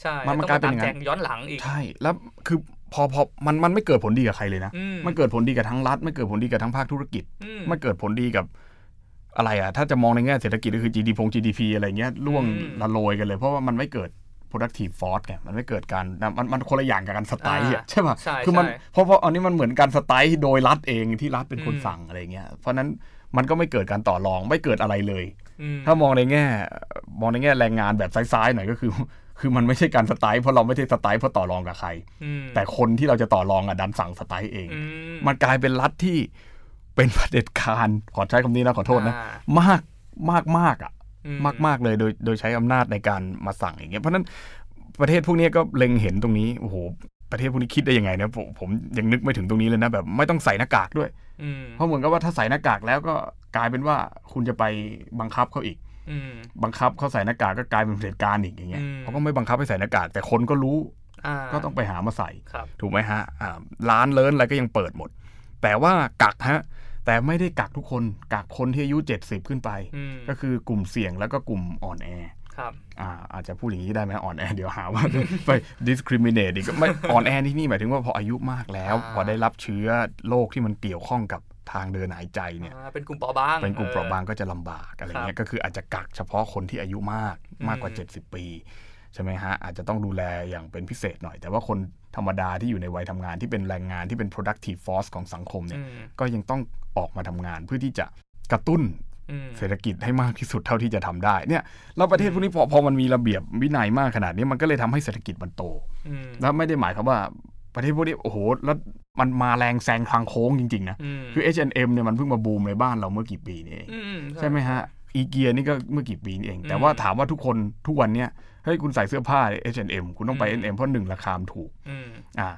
ใช่ มันมัน ต้อง กลายเป็น ตามอย่างนั้ แจ น งย้อนหลังอีก ใช่แล้วคือพอพอมันมันไม่เกิดผลดีกับใครเลยนะ อืม มันเกิดผลดีกับทั้งรัฐไม่เกิดผลดีกับทั้งภาคธุรกิจ อืม มันเกิดผลดีกับอะไรอ่ะ ถ้าจะมองในแง่เศรษฐกิจก็คือ GDP พง GDP อะไรเงี้ยล่วง อืม ละโลยกันเลย เพราะว่ามันไม่เกิด productive force ไงมันไม่เกิดการมันมันคนละอย่างกับการสไตล์อ่ะใช่ป่ะ ใช่ คือมัน ใช่ เพราะเพราะอันนี้มันเหมือนการสไตล์โดยรัฐเองที่รัฐเป็นคน อืม สั่งอะไรเงี้ยเพราะฉะนั้นมันก็ไม่เกิดการต่อรองไม่เกิดอะไรเลย อืม ถ้ามองในแง่มองในแง่แรงงานแบบซ้ายๆหน่อยก็ คือ คือมันไม่ใช่การสไตล์เพราะเราไม่ได้สไตล์เพราะต่อรองกับใคร อืม แต่คนที่เราจะต่อรองอ่ะดันสั่งสไตล์เอง อื มันกลายเป็นรัฐที่เป็นเผด็จการขอใช้คำนี้นะขอโทษนะ อ่าม ากมากมากอ่ะ อื มากมากเลยโดยโดยใช้อำนาจในการมาสั่งอย่างเงี้ยเพราะฉะนั้นประเทศพวกเนี้ยก็เล็งเห็นตรงนี้โอ้โหประเทศพวกนี้คิดได้ยังไงนะผมผมยังนึกไม่ถึงตรงนี้เลยนะแบบไม่ต้องใส่หน้ากากด้วย อืม เพราะเหมือนกับว่าถ้าใส่หน้ากากแล้วก็กลายเป็นว่าคุณจะไปบังคับเขาอีก อืม บังคับเขาใส่หน้ากากก็กลายเป็นเผด็จการอีกอย่างเงี้ย อืม เขาก็ไม่บังคับให้ใส่หน้ากากแต่คนก็รู้ อ่า ก็ต้องไปหามาใส่ ครับ ถูกไหมฮะอ่าร้านเลินอะไรก็ยังเปิดหมด แต่ว่ากักฮะ แต่ไม่ได้กักทุกคน กักคนที่อายุ 70 ขึ้นไป อืม ก็คือกลุ่มเสี่ยงแล้วก็กลุ่มอ่อนแอ ครับ อ่า อาจจะพูดอย่างนี้ได้ไหมอ่อนแอ เดี๋ยวหาว่า ไป discriminate อีกไม่อ่อนแอที่นี่หมายถึงว่าพออายุมากแล้ว อ่า พอได้รับเชื้อโรคที่มันเกี่ยวข้องกับทางเดินหายใจเนี่ย อ่าเป็นกลุ่มเปราะบาง เป็นกลุ่มเปราะบางก็จะลำบากอะไรเงี้ยก็คืออาจจะกักเฉพาะคนที่อายุมากมากกว่า อืม 70 ปีใช่ไหมฮะอาจจะต้องดูแลอย่างเป็นพิเศษหน่อย แต่ว่าคนธรรมดาที่อยู่ในวัยทำงานที่เป็นแรงงานที่เป็น productive force ของสังคมเนี่ย อืม ก็ยังต้องออกมาทำงานเพื่อที่จะกระตุ้น อืม เศรษฐกิจให้มากที่สุดเท่าที่จะทำได้เนี่ยแล้วประเทศพวกนี้พอพอมันมีระเบียบวินัยมากขนาดนี้มันก็เลยทำให้เศรษฐกิจมันโต อืม แล้วไม่ได้หมายความว่าประเทศพวกนี้โอ้โหแล้วมันมาแรงแซงทางโค้งจริงๆนะ อืม คือ H&M เนี่ยมันเพิ่งมาบูมในบ้านเราเมื่อกี่ปีนี่เอง อืม ใช่ไหมฮะ อีเกียนี่ก็เมื่อกี่ปีนี่เอง แต่ อืม ว่าถามว่าทุกคนทุกวันเนี้ยเฮ้ยคุณใส่เสื้อผ้า H&M คุณต้องไป อืม H&M เพราะหนึ่งราคามนถูก อืม อ่า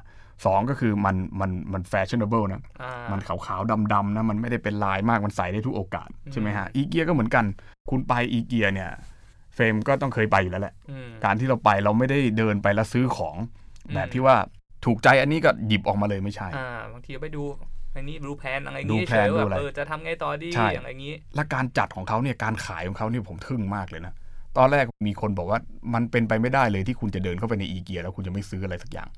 สองก็คือมันมันมันแฟชั่นเบิลนะ อ่า มันขาวๆดำๆนะ มันไม่ได้เป็นลายมากมันใส่ได้ทุกโอกาส อืม ใช่ไหมฮะ อีเกียก็เหมือนกัน คุณไปอีเกียเนี่ยเฟรมก็ต้องเคยไปอยู่แล้วแหละ อืม การที่เราไปเราไม่ได้เดินไปแล้วซื้อของ อืม แบบที่ว่าถูกใจอันนี้ก็หยิบออกมาเลยไม่ใช่ อ่าบางทีไปดูอันนี้ดูแพนอะไรอย่าง ดู งี้ แพ เฉ ลยๆแบนดูอะ บ ไร เออจะทำไงต่อดี ใช่ อย่างอย่างงี้ และการจัดของเขาเนี่ยการขายของเขาเนี่ยผมทึ่งมากเลยนะ ตอนแรกมีคนบอกว่ามันเป็นไปไม่ได้เลยที่คุณจะเดินเข้าไปในอีเกียแล้วคุณจะไม่ซื้ออะไรสักอย่าง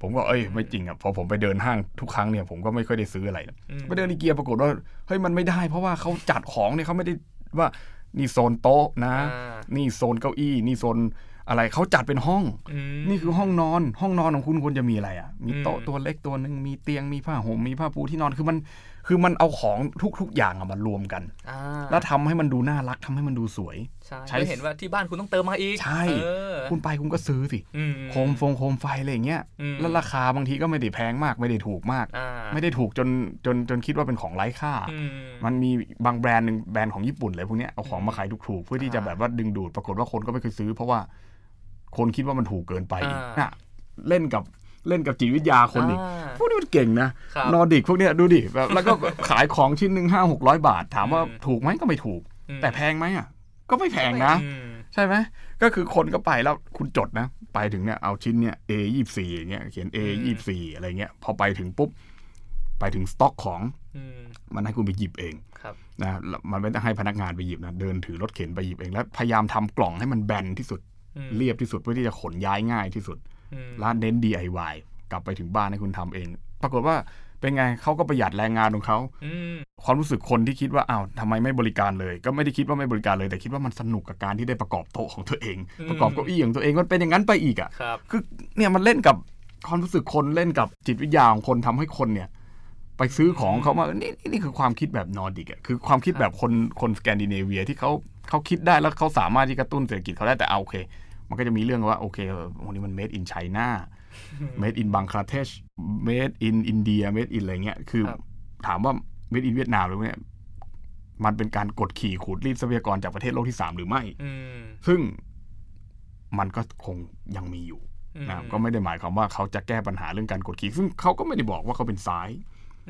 ผมก็เอ้ยไม่จริงอ่ะพอผมไปเดินห้างทุกครั้งเนี่ยผมก็ไม่ค่อยได้ซื้ออะไรนะ อืม ไปเดินอีเกียปรากฏว่าเฮ้ยมันไม่ได้เพราะว่าเขาจัดของเนี่ยเขาไม่ได้ว่านี่โซนโต๊ะนะ อ่า นี่โซนเก้าอี้ นี่โซนอะไรเขาจัดเป็นห้อง อืม นี่คือห้องนอน ห้องนอนของคุณควรจะมีอะไรอ่ะ มี อืม โต๊ะตัวเล็กตัวหนึ่งมีเตียงมีผ้าห่มมีผ้าปูที่นอนคือมันคือมันเอาของทุก ๆ อย่างอะมารวมกัน อ่า แล้วทำให้มันดูน่ารักทำให้มันดูสวย ใช่ ใช้ ก็เห็นว่าที่บ้านคุณต้องเติมมาอีก ใช่ เออ คุณไปคุณก็ซื้อสิ อืม โคมฟงโคมไฟอะไรอย่างเงี้ย อืม แล้วราคาบางทีก็ไม่ได้แพงมากไม่ได้ถูกมาก อ่า ไม่ได้ถูกจนจนจนคิดว่าเป็นของไร้ค่า อืม มันมีบางแบรนด์หนึ่งแบรนด์ของญี่ปุ่นเลยพวกเนี้ยเอาของมาขายถูกๆเพื่อที่จะ อ่า แบบว่าดึงดูดปรากฏว่าคนก็ไม่เคยซื้อ เพราะว่าคนคิดว่ามันถูกเกินไปอีก อ่า น่ะเล่นกับเล่นกับจิตวิทยาคนอีก อ่า พวกนี้มันเก่งนะครับ นอร์ดิกพวกเนี้ยดูดิแบบแล้วก็ ขายของชิ้นหนึ่งห้าหกร้อยบาท ถามว่า อืม ถูกไหมก็ไม่ถูก อืม แต่แพงไหมอ่ะ ก็ไม่แพงนะ อืม ใช่ไหมก็คือคนก็ไปแล้วคุณจดนะ ไปถึงเนี่ยเอาชิ้นเนี่ย A ยี่สี่อย่างเงี้ยเขียน A อืม ยี่สี่อะไรเงี้ยพอไปถึงปุ๊บ ไปถึงสต็อกของ อืม มันให้คุณไปหยิบเอง ครับ นะแล้วมันไม่ต้องให้พนักงานไปหยิบนะเดินถือรถเข็นไปหยิบเองแล้วพยายามทำกล่องให้มันแบนที่สุด อืม เรียบที่สุดเพื่อที่จะขนย้ายง่ายที่สุด อืม ร้านเน้น DIY กลับไปถึงบ้านให้คุณทำเอง ปรากฏว่าเป็นไงเขาก็ประหยัดแรงงานของเขา อืม ความรู้สึกคนที่คิดว่าอ้าวทำไมไม่บริการเลย ก็ไม่ได้คิดว่าไม่บริการเลย แต่คิดว่ามันสนุกกับการที่ได้ประกอบโต๊ะของตัวเอง อืม ประกอบเก้าอี้ของตัวเองมันเป็นอย่างนั้นไปอีกอ่ะ ครับ คือเนี่ยมันเล่นกับความรู้สึกคนเล่นกับจิตวิทยาของคนทำให้คนเนี่ยไปซื้อของเขามานี่นี่นี่คือความคิดแบบนอร์ดิกอ่ะคือความคิดแบบคนคนสแกนดิเนเวียที่เขาเขาคิดได้แล้วเขาสามารถที่กระตุ้นเศรษฐกิจเขาได้แต่เอาโอเค มันก็จะมีเรื่องว่าโอเควันนี้มัน made in China เมดอินบังคลาเทศเมดอินอินเดียเมดอินอะไรเงี้ย คือ ครับ ถามว่าเมดอินเวียดนามหรือเนี่ยมันเป็นการกดขี่ขูดรีดทรัพยากรจากประเทศโลกที่ 3 หรือไม่ อืม ซึ่งมันก็คงยังมีอยู่ อืม นะครับก็ไม่ได้หมายความว่าเขาจะแก้ปัญหาเรื่องการกดขี่ซึ่งเขาก็ไม่ได้บอกว่าเขาเป็นซ้าย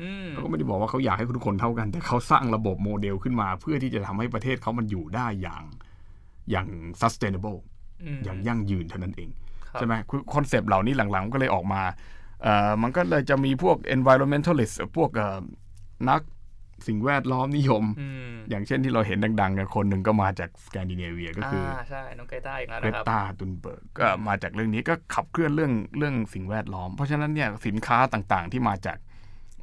อืม เขาก็ไม่ได้บอกว่าเขาอยากให้ทุกคนเท่ากัน แต่เขาสร้างระบบโมเดลขึ้นมา เพื่อที่จะทำให้ประเทศเขามันอยู่ได้อย่างอย่าง sustainable ม อย่างยั่งยืนเท่านั้นเอง ครับ ใช่ไหมคือคอนเซปต์เหล่านี้หลังๆก็เลยออกมาเอ่อมันก็เลยจะมีพวก environmentalist พวกเอ่อนักสิ่งแวดล้อมนิยม อืม อย่างเช่นที่เราเห็นดังๆเนี่ยคนหนึ่งก็มาจากสแกนดิเนเวียก็คืออ าใช่น้องไกต้าอีกแล้ว เกร นะครับ ตาตุนเบิร์กก็มาจากเรื่องนี้ก็ขับเคลื่อนเรื่องเรื่องสิ่งแวดล้อม เพราะฉะนั้นเนี่ยสินค้าต่างๆ ที่มาจาก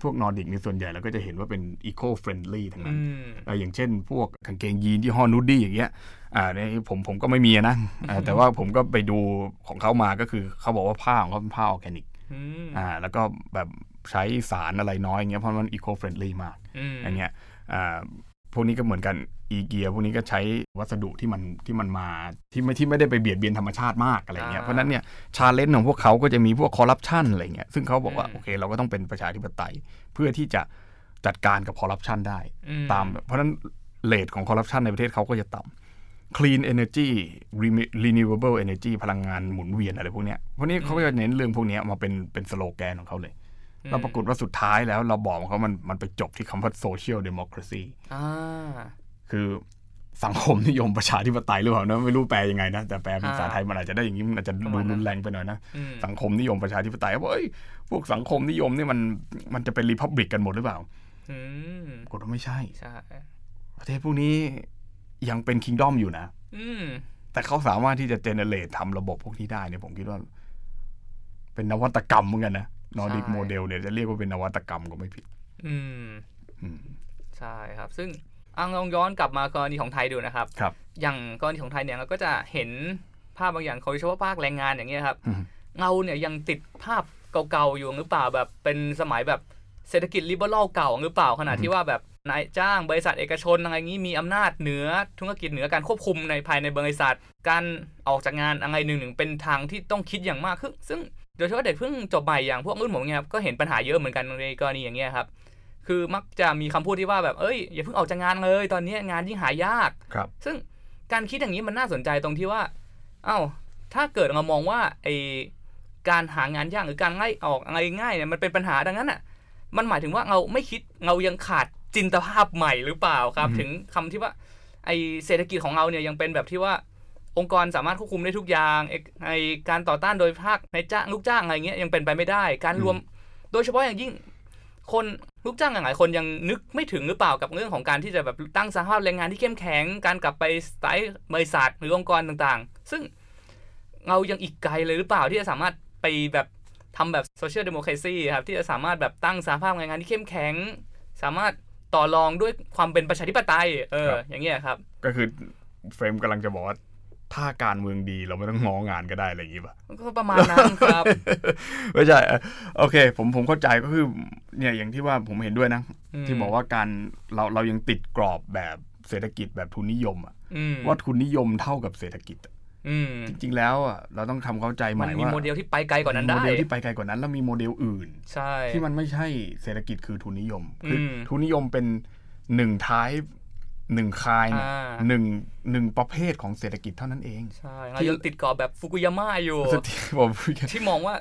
พวกนอร์ดิกในยส่วนใหญ่เราก็จะเห็นว่าเป็นอีโคเฟรนลี่ทั้งนั้น อืม เอ่ออย่างเช่น พวกกางเกงยีนที่ห้อนูดดี้อย่างเงี้ยอ่าในผมผมก็ไม่มีนะอ่าแต่ว่าผมก็ไปดูของเขามาก็คือเขาบอกว่าผ้าของเขาเป็นผ้าออร์แกนิก อืม อ่าแล้วก็แบบใช้สารอะไรน้อยอย่างเงี้ยเพราะมันอีโคเฟรนลี่มาก อืม อย่างเงี้ยอ่าพวกนี้ก็เหมือนกัน อีเกีย พวกนี้ก็ใช้วัสดุที่มันที่มันมาที่ไม่ที่ไม่ได้ไปเบียดเบียนธรรมชาติมากอะไรเงี้ย เพราะฉะนั้นเนี่ยชาเลนจ์ของพวกเขาก็จะมีพวกคอร์รัปชันอะไรเงี้ย ซึ่งเขาบอกว่าโอเคเราก็ต้องเป็นประชาธิปไตย เพื่อที่จะจัดการกับคอร์รัปชันได้ อื ตาม เพราะฉะนั้นเลทของคอร์รัปชันในประเทศเขาก็จะต่ำ Clean Energy Remi- Renewable Energy พลังงานหมุนเวียนอะไรพวกเนี้ยพวกนี้เขาก็จะเน้นเรื่องพวกเนี้ยมาเป็นเป็นสโลแกนของเขาเลย แล้วปรากฏว่าสุดท้ายแล้วเราบอกเขามันมันไปจบที่คำว่า social democracy อ่า คือสังคมนิยมประชาธิปไตยหรือเปล่านะไม่รู้แปลยังไงนะ แต่แปลเป็นภาษา อ่า ไทยมันอาจจะได้อย่างนี้มันอาจจะ ประ ดู มาณนั้น รุนแรงไปหน่อยนะ อืม สังคมนิยมประชาธิปไตยเขาบอกเอ้ยพวกสังคมนิยมเนี่ยมันมันจะเป็นรีพับลิกกันหมดหรือเปล่า อืม ปรากฏว่าไม่ใช่ ใช่ ประเทศพวกนี้ยังเป็นคิงดอมอยู่นะ อืม แต่เขาสามารถที่จะเจเนเรตทำระบบพวกนี้ได้เนี่ยผมคิดว่า เป็นนวัตกรรมเหมือนกันนะนอร์ดิกโมเดลเนี่ยจะเรียกว่าเป็นนวัตกรรมก็ไม่ผิด อืม อืม ใช่ครับ ซึ่งอังลองย้อนกลับมากรณีของไทยดูนะครับ ครับ อย่างกรณีของไทยเนี่ยเราก็จะเห็นภาพบางอย่างของเฉพาะภาคแรงงานอย่างเงี้ยครับ อืม เงาเนี่ยยังติดภาพเก่าๆอยู่หรือเปล่าแบบเป็นสมัยแบบเศรษฐกิจลิเบอรัลเก่าหรือเปล่าขนาดที่ว่าแบบนายจ้างบริษัทเอกชนอะไรงี้มีอำนาจเหนือธุรกิจเหนือการควบคุมในภายในบริษัท การออกจากงานอะไรหนึ่งหนึ่งเป็นทางที่ต้องคิดอย่างมากซึ่งซึ่งโดยเฉพาะเด็กเพิ่งจบใหม่อย่างพวกรุ่นผมเนี่ยครับก็เห็นปัญหาเยอะเหมือนกันในกรณีอย่างเงี้ยครับ คือมักจะมีคำพูดที่ว่าแบบเอ้ยอย่าเพิ่งออกจากงานเลย ตอนนี้งานยิ่งหายาก ครับ ซึ่งการคิดอย่างนี้มันน่าสนใจตรงที่ว่า เอ้า ถ้าเกิดเรามองว่าไอการหางานยากหรือการไล่ออกอะไรง่ายเนี่ยมันเป็นปัญหาดังนั้นอ่ะ มันหมายถึงว่าเราไม่คิดเรายังขาดจินตภาพใหม่หรือเปล่าครับ อืม ถึงคำที่ว่า ไอเศรษฐกิจของเราเนี่ยยังเป็นแบบที่ว่า องค์กรสามารถควบคุมได้ทุกอย่างไอ้ไอการต่อต้านโดยภาคในจ้างลูกจ้างอะไรเงี้ยยังเป็นไปไม่ได้ การรวม โดยเฉพาะอย่างยิ่ง คนลูกจ้างหลายๆคนยังนึกไม่ถึงหรือเปล่ากับเรื่องของการที่จะแบบตั้งสภาพแรงงานที่เข้มแข็ง การกลับไปสไตล์บริษัทหรือองค์กรต่างๆ ซึ่งเรายังอีกไกลเลยหรือเปล่าที่จะสามารถไปแบบทำแบบโซเชียลเดโมแครซีครับที่จะสามารถแบบตั้งสภาพแรงงานที่เข้มแข็ง สามารถต่อรองด้วยความเป็นประชาธิปไตย เออ ครับ อย่างเงี้ยครับ ก็คือเฟรมกำลังจะบอกว่า ถ้าการเมืองดีเราไม่ต้องง้องานก็ได้อะไรอย่างนี้ป่ะ ก็ประมาณนั้นครับ ไม่ใช่เอ่อโอเค ผมผมเข้าใจก็คือเนี่ยอย่างที่ว่าผมเห็นด้วยนะ ม ที่บอกว่าการเราเรายังติดกรอบแบบเศรษฐกิจแบบทุนนิยมอะ อืม ว่าทุนนิยมเท่ากับเศรษฐกิจอะ อืม จริง ๆ แล้วอะเราต้องทำเข้าใจให มัน ม่ มี ว่า โมเดลที่ไปไกลกว่านั้น มี ได้ โมเดลที่ไปไกลกว่านั้น แล้วมีโมเดลอื่น ใช่ ที่มันไม่ใช่เศรษฐกิจคือทุนนิยมคืออ ม ทุนนิยมเป็นหนึ่งท้ายหนึ่งคายเนี่ย อ่า หนึ่งหนึ่งประเภทของเศรษฐกิจเท่านั้นเอง ใช่เรายังติดกรอบแบบฟุกุยาม่า อยู่ สติผมพูดแค่ ที่มองว่า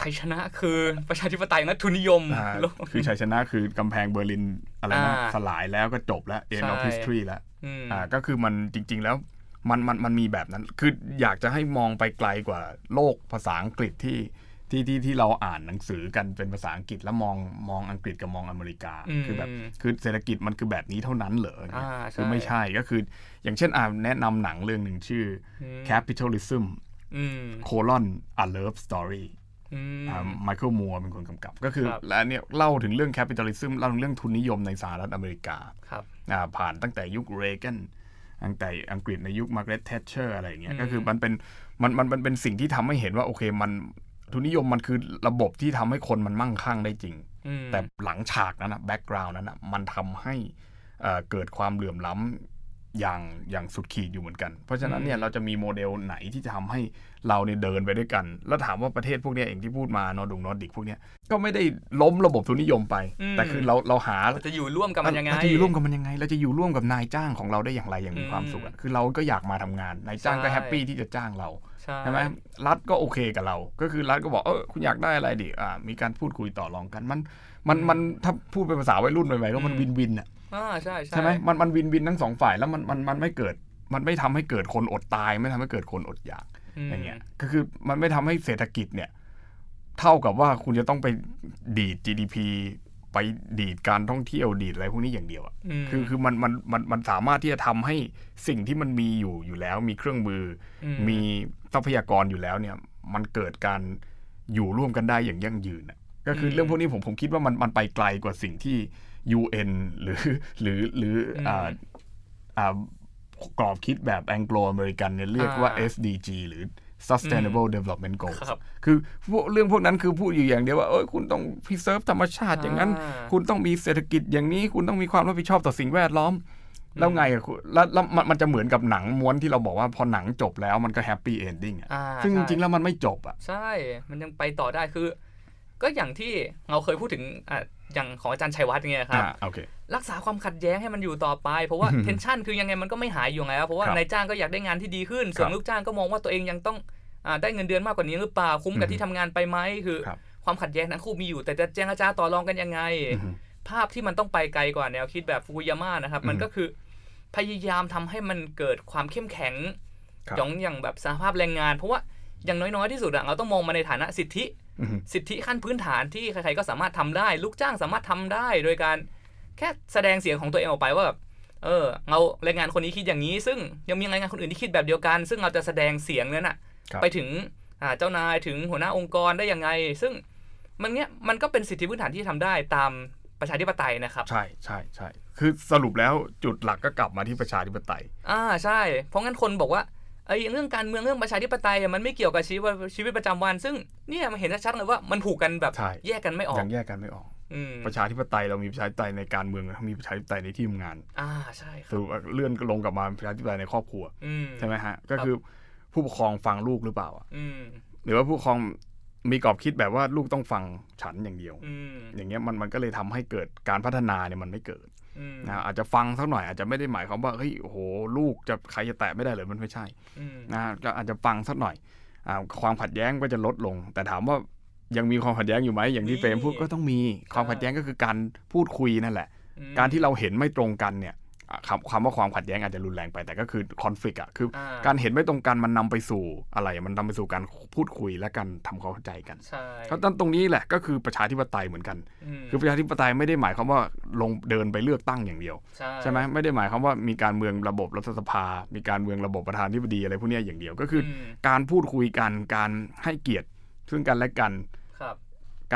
ชัยชนะคือประชาธิปไตยและทุนนิยม อ่า โลก คือชัยชนะคือกำแพงเบอร์ลินอะไรนะ อ่า สลายแล้วก็จบแล้ว end of ใช่ history แล้ว อืม อ่าก็คือมันจริง ๆ แล้วมันมันมันมีแบบนั้น คืออยากจะให้มองไปไกลกว่าโลกภาษาอังกฤษที่ที่ที่ที่เราอ่านหนังสือกันเป็นภาษาอังกฤษแล้วมองมองอังกฤษกับมองอเมริกา ม คือแบบคือเศรษฐกิจมันคือแบบนี้เท่านั้นเหรออย่างเงี้ย อ่าใช่ คือไม่ใช่ก็คืออย่างเช่นอ่าแนะนำหนังเรื่องหนึ่งชื่อ อืม Capitalism อืม colon a love story อืม ไมเคิลมัวเป็นคนกำกับ ก็คือ ครับ และเนี่ยเล่าถึงเรื่องแคปิตอลิซึมเล่าถึงเรื่องทุนนิยมในสหรัฐอเมริกา ครับ อ่าผ่านตั้งแต่ยุคเรแกนตั้งแต่อังกฤษในยุคมาร์ก r ร t ต h ท t เชอร์อะไรอย่างเงี้ อื ย ม ก็คือมันเป็นมันมันมันเป็นสิ่งที่ทำให้เห็นว่า โอเคมันทุนนิยมมันคือระบบที่ทำให้คนมันมั่งคั่งได้จริง อืม แต่หลังฉากนั้นนะแบ็กกราวน์นั้นนะมันทำให้เอ่อเกิดความเหลื่อมล้ำ อย่างอย่างสุดขีดอยู่เหมือนกัน เพราะฉะนั้น อืม เนี่ยเราจะมีโมเดลไหนที่จะทำให้เราเนี่ยเดินไปด้วยกัน แล้วถามว่าประเทศพวกเนี้ยเอย่างที่พูดมานอร์ดุงนอร์ดิกพวกเนี้ยก็ไม่ได้ล้มระบบทุนนิยมไป อืม แต่คือเราเราหา เราจะอยู่ร่วมกับมันยังไง เราจะอยู่ร่วมกับมันยังไง เราจะอยู่ร่วมกับนายจ้างของเราได้อย่างไรอย่างมีความสุขอะคือเราก็อยากมาทำงาน นายจ้างก็ ใช่ แฮปปี้ที่จะจ้างเรา ใช่ ใช่ไหมรัฐก็โอเคกับเรา ก็คือรัฐก็บอกเออคุณอยากได้อะไรดิอ่ามีการพูดคุยต่อรองกัน มันมันมันถ้าพูดเป็นภาษาวัยรุ่นใหม่ๆก็มันวินวินอะ อ่าใช่ใช่ ใช่ไหมมันมันวินวินทั้งสองฝ่ายแล้วมันมันมันไม่เกิด มันไม่ทำให้เกิดคนอดตาย ไม่ทำให้เกิดคนอดอยาก ม อย่างเงี้ยก็คือมันไม่ทำให้เศรษฐกิจเนี่ย เท่ากับว่าคุณจะต้องไปดีด GDP ไปดีดการท่องเที่ยวดีดอะไรพวกนี้อย่างเดียวอะ อืม คือคือมันมันมันมันสามารถที่จะทำให้สิ่งที่มันมีอยู่อยู่แล้ว มีเครื่องมืออ อืม มีทรัพยากรอยู่แล้วเนี่ย มันเกิดการอยู่ร่วมกันได้อย่างยั่งยืนอะก็คืออ ม เรื่องพวกนี้ผมผมคิดว่ามันมันไปไกลกว่าสิ่งที่ UN หรือหรือหรืออ่า อืม อ่ากรอบคิดแบบแองโกลอเมริกันเนี่ยเรียกว่า อ่า SDG หรือ Sustainable Development Goals ครับ คือพวกเรื่องพวกนั้นคือพูดอยู่อย่างเดียวว่าเอ้ยคุณต้องพิเซิร์ฟธรรมชาติอย่างนั้น อ่า คุณต้องมีเศรษฐกิจอย่างนี้ คุณต้องมีความรับผิดชอบต่อสิ่งแวดล้อม แล้วไงอะคุณแล้วแล้วมันมันจะเหมือนกับหนังม้วนที่เราบอกว่าพอหนังจบแล้วมันก็แฮปปี้เอนดิ้งอะ อ่า ซึ่งจ ใช่ ริงๆแล้วมันไม่จบอะ ใช่ มันยังไปต่อได้คือ ก็อย่างที่เราเคยพูดถึงอ่ะอย่างของอาจารย์ชัยวัฒน์เนี่ยครับ อ่าโอเค รักษาความขัดแย้งให้มันอยู่ต่อไป เพราะว่า เทนชันคือยังไงมันก็ไม่หายอยู่ไงครับเพราะว่า ครับ นายจ้างก็อยากได้งานที่ดีขึ้น ส่วน ครับ ลูกจ้างก็มองว่าตัวเองยังต้องอาได้เงินเดือนมากกว่านี้หรือเปล่าคุ้มกับ อืม ที่ทำงานไปไหมคือ ครับ ความขัดแย้งทั้งคู่มีอยู่ แต่จะเจรจาต่อรองกันยังไง อือฮึ ภาพที่มันต้องไปไกลกว่าแนวคิดแบบฟุกุยาม่านะครับมัน อือฮึ ก็คือพยายามทำให้มันเกิดความเข้มแข็ง ครับ ของอย่างแบบสหภาพแรงงาน เพราะว่าอย่างน้อยๆที่สุดอะเราต้องมองมาในฐานะสิทธิ อืม สิทธิขั้นพื้นฐานที่ใครๆก็สามารถทำได้ ลูกจ้างสามารถทำได้ โดยการแค่แสดงเสียงของตัวเองออกไปว่าแบบเออเราแรงงานคนนี้คิดอย่างนี้ ซึ่งยังมีแรงงานคนอื่นที่คิดแบบเดียวกัน ซึ่งเราจะแสดงเสียงนั้นน่ะ ครับ ไปถึงอ่าเจ้านายถึงหัวหน้าองค์กรได้ยังไง ซึ่งมันเนี้ยมันก็เป็นสิทธิพื้นฐานที่ทำได้ตามประชาธิปไตยนะครับ ใช่ใช่ใช่คือสรุปแล้วจุดหลักก็กลับมาที่ประชาธิปไตย อ่าใช่ เพราะงั้นคนบอกว่าไอ้เรื่องการเมืองเรื่องประชาธิปไตยอะมันไม่เกี่ยวกับชีวิตชีวิตประจำวัน ซึ่งเนี่ยมันเห็นชัดๆเลยว่ามันผูกกันแบบ ใช่ แยกกันไม่ออ ยั ก งแยกกันไม่ออก อืม ประชาธิปไตยเรามีประชาธิปไตยในการเมืองเรามีประชาธิปไตยในที่ทำงาน อ่าใช่ค ส รับ รุปว่าเลื่อนลงกลับมาประชาธิปไตยในครอบครัว อืม ใช่ไหมฮะ ก็คือผู้ปกครองฟังลูกหรือเปล่าอะ อืม หรือว่าผู้ปกครองมีกรอบคิดแบบว่าลูกต้องฟังฉันอย่างเดียว อืม อย่างเงี้ยมันมันก็เลยทำให้เกิดการพัฒนาเนี่ยมันไม่เกิด อืม นะอาจจะฟังสักหน่อยอาจจะไม่ได้หมายความว่าเฮ้ยโอ้โหลูกจะใครจะแตะไม่ได้เลยมันไม่ใช่ อืม นะฮะก็อาจจะฟังสักหน่อยอาความขัดแย้งก็จะลดลง แต่ถามว่ายังมีความขัดแย้งอยู่ไหมอย่างที่ มี เฟรมพูดก็ต้องมีความขัดแย้งก็คือการพูดคุยนั่นแหละ อืม การที่เราเห็นไม่ตรงกันเนี่ยอ่ะคำคำว่าความขัดแย้งอาจจะรุนแรงไปแต่ก็คือคอนฟ lict อ่ะคืออา การเห็นไม่ตรงกันมันนำไปสู่อะไรมันนำไปสู่การพูดคุยและการทำความเข้าใจกัน ใช่ เพราะฉะนั้นตรงนี้แหละก็คือประชาธิปไตยเหมือนกัน ม คือประชาธิปไตยไม่ได้หมายความว่าลงเดินไปเลือกตั้งอย่างเดียว ใช่ ใช่ไหมไม่ได้หมายความว่ามีการเมืองระบบรัฐสภา มีการเมืองระบบประธานธิบดีอะไรพวกเนี้ยอย่างเดียวก็คืออ ม การพูดคุยกันการให้เกียรติซึ่งกันและกัน ครับ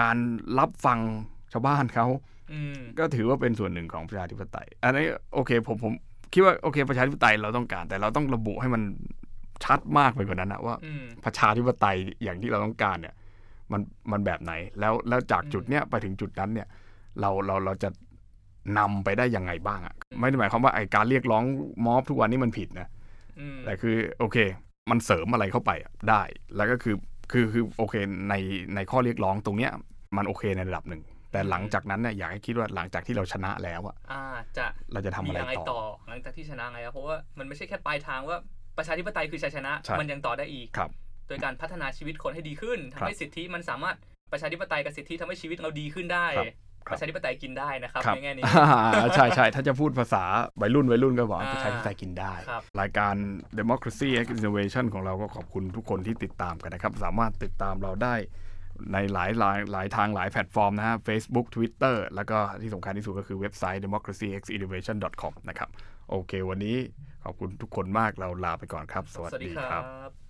การรับฟังชาวบ้านเขา อืม ก็ถือว่าเป็นส่วนหนึ่งของประชาธิปไตย อันนี้โอเคผมผมคิดว่าโอเคประชาธิปไตยเราต้องการ แต่เราต้องระบุให้มันชัดมากไปกว่านั้นนะว่า อืม ประชาธิปไตยอย่างที่เราต้องการเนี่ยมันมันแบบไหนแล้วแล้วจากจุดเนี้ยไปถึงจุดนั้นเนี่ยเราเราเราจะนำไปได้ยังไงบ้างอะไม่ได้หมายความว่าไอการเรียกร้องม็อบทุกวันนี้มันผิดนะ อืม แต่คือโอเค มันเสริมอะไรเข้าไปอะได้ แล้วก็คือคือคือโอเคในในข้อเรียกร้องตรงเนี้ยมันโอเคในระดับหนึ่ง แต่หลังจากนั้นเนี่ยอยากให้คิดว่าหลังจากที่เราชนะแล้วอะ อ่า จะ เราจะทำ มี อะไร ยังไง ต่ ต่ อ อ หลังจากที่ชนะไงครับเพราะว่ามันไม่ใช่แค่ปลายทางว่าประชาธิปไตยคือชัยชนะ ใช่ มันยังต่อได้อีก ครับ โดยการพัฒนาชีวิตคนให้ดีขึ้นทำ ครับ ให้สิทธิมันสามารถประชาธิปไตยกับสิทธิทำให้ชีวิตเราดีขึ้นได้ ครับคปรับระชาธิปไตยกินได้นะครับในแง่นี้ ใช่ใช่ถ้าจะพูดภาษาวัยรุ่นวัยรุ่นก็บอก อ่า ประชาธิปไตยกินได้ ครับ รายการ Democracy X Innovation ของเราก็ขอบคุณทุกคนที่ติดตามกันนะครับ สามารถติดตามเราได้ในหลายหลายหลายทางหลายแพลตฟอร์มนะฮะ Facebook Twitter แล้วก็ที่สำคัญที่สุดก็คือเว็บไซต์ democracyxinnovation.com นะครับ โอเค วันนี้ขอบคุณทุกคนมากเราลาไปก่อนครับ สวัส สวัสดี ดี ค ค รั รับ บ